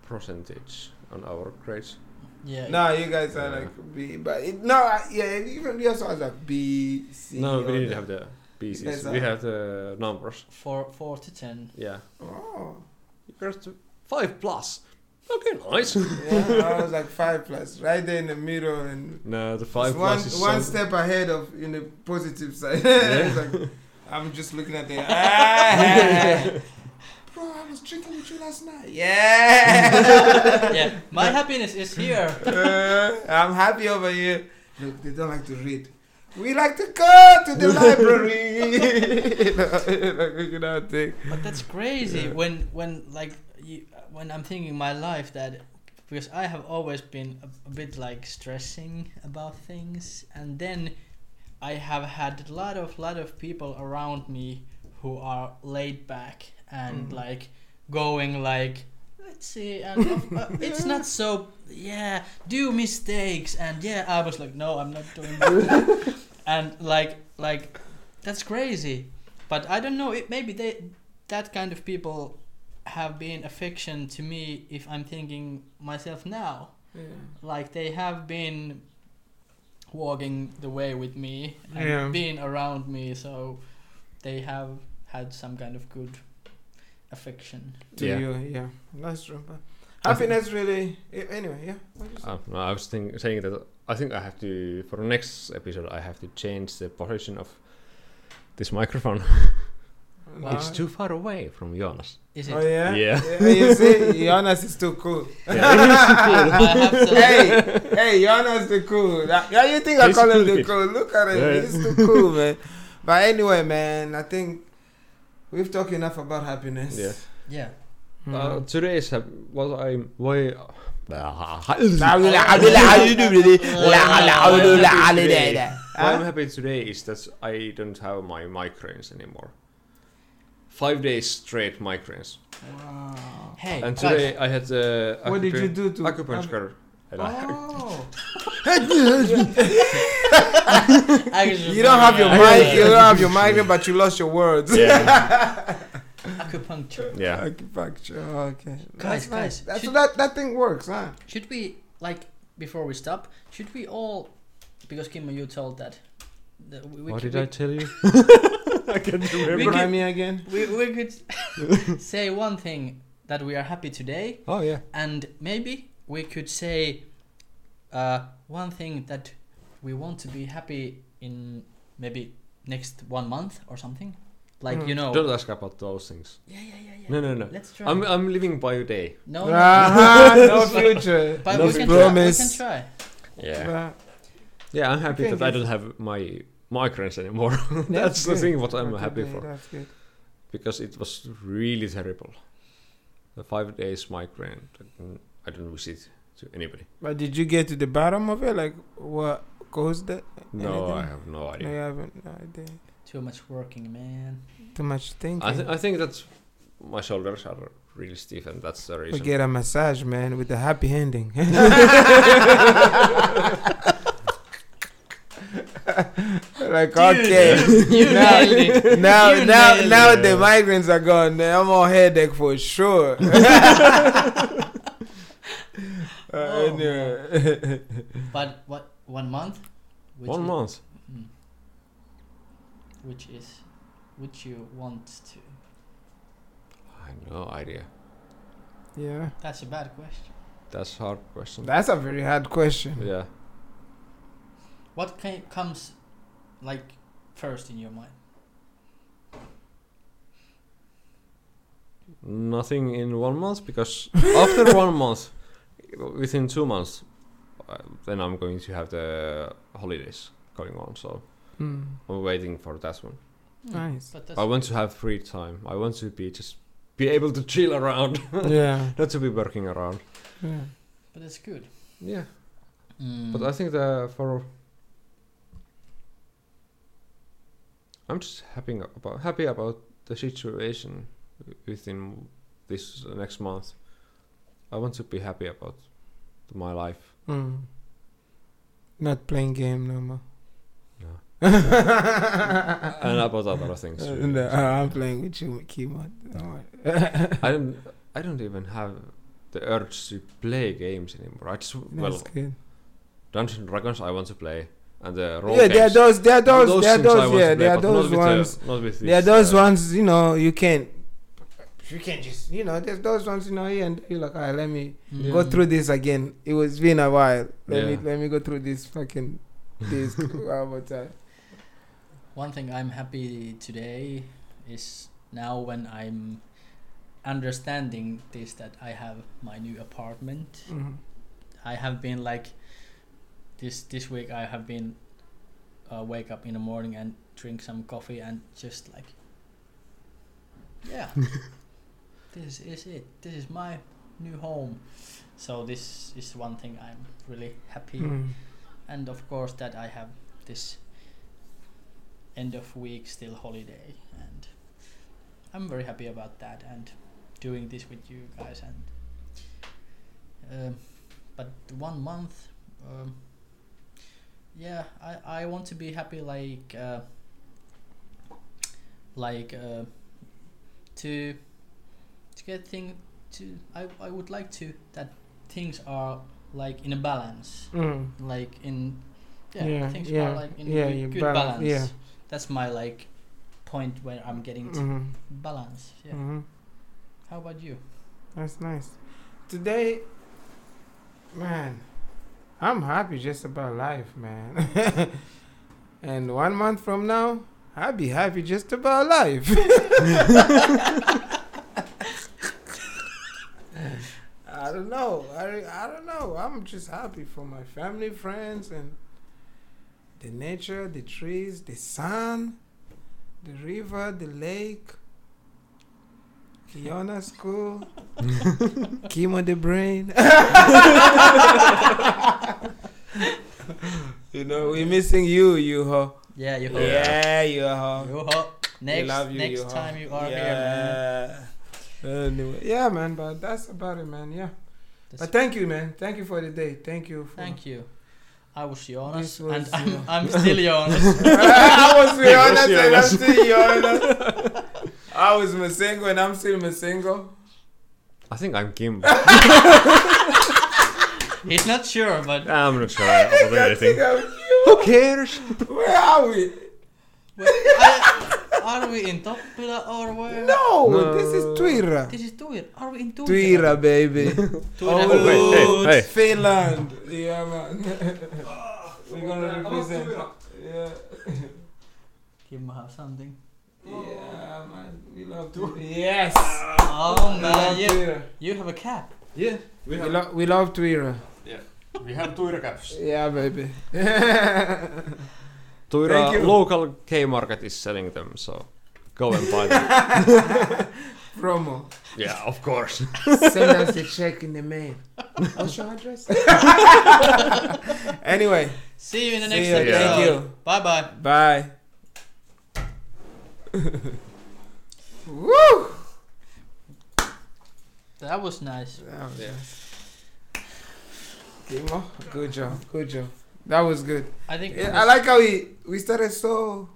percentage on our grades. yeah. Nah, you guys are like B, but it, no, I- yeah, even we also had like B, C. No, all we didn't that. have the Yes, pieces. uh, We had the numbers. Four four to ten. Yeah. Oh, You got to five plus. Okay, nice. yeah. I was like five plus, right there in the middle, and no, the five It's one, plus is one some- step ahead of in the positive side. It's Yeah. like, I'm just looking at it. Bro, I was drinking with you last night. Yeah. yeah. My happiness is here. Uh, I'm happy over here. Look, they don't like to read. We like to go to the library. you know, like, you know, thing. But that's crazy when when like you, when I'm thinking my life that because I have always been a, a bit like stressing about things and then I have had a lot of lot of people around me who are laid back and Mhm. like going like let's see and if- uh, it's not so yeah do mistakes and yeah I was like no I'm not doing that and like like that's crazy but I don't know it maybe they that kind of people have been affection to me if I'm thinking myself now. Like they have been walking the way with me and Yeah. being around me, so they have had some kind of good affection. To Yeah. you, yeah. That's true. but Happiness really. a- Anyway, yeah. What you say? Uh, no, I was think, saying that I think I have to for the next episode I have to change the position of this microphone. Uh, It's too far away from Jonas. Is it? Oh yeah. Yeah. you see, Jonas is too cool. Yeah. I have to. hey, hey, Jonas the cool. That- Yeah, you think I He's call him cool the kid. cool? Look at him, Yeah. he's too cool, man. But anyway, man, I think we've talked enough about happiness. Yeah. Yeah. Uh, today's hap- what I'm why. Oh. Why I'm Huh? happy today is that I don't have my migraines anymore. Five days straight migraines. Wow. Hey, And guys. today I had the What did you do to acupuncture. And I- Oh. I guess You don't have your Yeah. mic, you don't have your mic, but you lost your words. yeah. acupuncture. yeah. Acupuncture. Okay. That's Guys, guys, nice. That's should- that that thing works, huh? Should we like before we stop? Should we all because Kimmo you told that. that we, we What could- did I tell you? I can't We remember. could- Remind me again. We, we, we could say one thing that we are happy today, Oh yeah. and maybe we could say uh, one thing that we want to be happy in maybe next one month or something. Like you know. Don't ask about those things. Yeah, yeah, yeah, yeah. Mm. No, no, no. Let's try. I'm I'm living by day. no, no, Uh-huh, no future. but no we can promise. try. We can try. Yeah. Yeah. Yeah, I'm happy think that I it's- don't have my migraines anymore. That's the good. thing what I'm Okay, happy yeah, for That's good. because it was really terrible. The five days migraine. I don't- I don't wish it to anybody. But did you get to the bottom of it? Like what caused that? No, Anything? I have no idea. No, you haven't. No idea. Too much working, man. Too much eh? thinking. I, th- I think that's my shoulders are really stiff, and that's the we reason. get a massage, man, with a happy ending. like okay, you now, nailed it. now, You now, nailed now it. the migraines are gone. I'm on headache for sure. Uh, Oh, anyway. But what? One month. Which One is- month. Mm. Which is, which you want to? I have no idea. yeah, That's a bad question. That's hard question. that's a very hard question. yeah. What ca- comes, like, first in your mind? Nothing in one month because after one month, within two months, uh, then I'm going to have the holidays going on. So Mm, I'm waiting for that one. nice. But that's I want to have free time. I want to be just be able to chill around, yeah. not to be working around. yeah. But that's good. Yeah. Mm. Hmm. But I think that for I'm just happy about happy about the situation wi- within this next month. I want to be happy about my life. Mm. Not playing game no more. No. and and about other things. really. no, I'm playing with you, Kimo. Don't worry. I don't I don't even have the urge to play games anymore. I just That's well good. Dungeons and Dragons I want to play and the role Yeah, games. there are those. There are those. there are things I those. want to Yeah, play, there are but not those with the- ones. not with there are this, those uh, ones. You know, you can't. You can't just. You know, there's those ones. You know, here and you're like, all right, let me Mm. Hmm. go through this again. It was been a while. Let Yeah. me let me go through this fucking this one more time. One thing I'm happy today is now when I'm understanding this that I have my new apartment. Mhm. I have been like this this week I have been uh, wake up in the morning and drink some coffee and just like yeah this is it this is my new home so this is one thing I'm really happy Mm. and of course that I have this end of week still holiday and I'm very happy about that and doing this with you guys and um, but one month um, yeah I, I want to be happy like uh, like uh, to to get thing to I, I would like to that things are like in a balance Mm. like in yeah, Yeah, things yeah, are like in yeah, good, you good balance, balance. yeah. That's my like point where I'm getting to Mhm. balance. Yeah. Mhm. How about you? That's nice. Today, man, I'm happy just about life, man. and one month from now, I'd be happy just about life. I don't know. I, I don't know. I'm just happy for my family, friends, and the nature, the trees, the sun, the river, the lake, Kiana school, chemo the brain. you know, we're missing you, Yuho. Yeah, you hope. Yeah, Yuho. You hope. Next, next Yuho. time you are yeah. here, man. Anyway, yeah, man, but that's about it, man. Yeah. That's- But thank you, man. Thank you for the day. Thank you. For Thank you. I was Jonas, This was, and I'm, yeah. I'm still Jonas. I was Jonas It and I'm was still Jonas. I was Masengo and I'm still Masengo. I think I'm Kim. He's not sure, but I'm not sure about I think anything. I'm Who cares? you. Where are we? but I, are we in Toppila or where? No, No. Oh, this is Twira. This is Tuir. Are we in Tuir? Twira, baby. Twira. Oh, Hey, hey, hey. Finland. Yeah, man. We're gonna represent. Yeah. Kim have something. Yeah, man. We love Twira. Yes. Oh We man, love you, Twira. you have a cap. Yeah, We, we have lo- we love Twira. we have two recaps. Yeah, baby. Thank Tuira you. local K market is selling them, so go and buy them. Promo. yeah, of course. Send us a check in the mail. What's your address? anyway, See you in the See next you. episode. Thank you. Bye bye. bye. Woo! That was nice. That was nice. Kimo, good job, good job. That was good. I think. Yeah, I like how we we started so.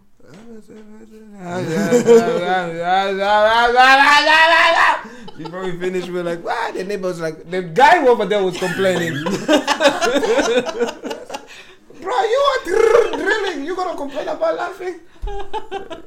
Before we finish, we're like, wow, the neighbors like the guy over there was complaining. Bro, you are dr- drilling. You gonna complain about laughing?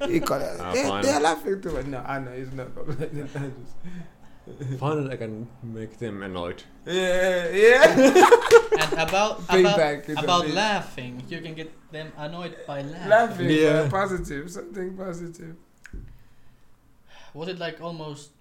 He called us. Ah, they, fine. they're laughing too. much. No, I know it's not complaining. I just- Finally, I can make them annoyed. yeah, yeah. and about about, Payback. is a about bitch. laughing, you can get them annoyed by laughing. laughing. Yeah. but Positive. Something positive. Was it like almost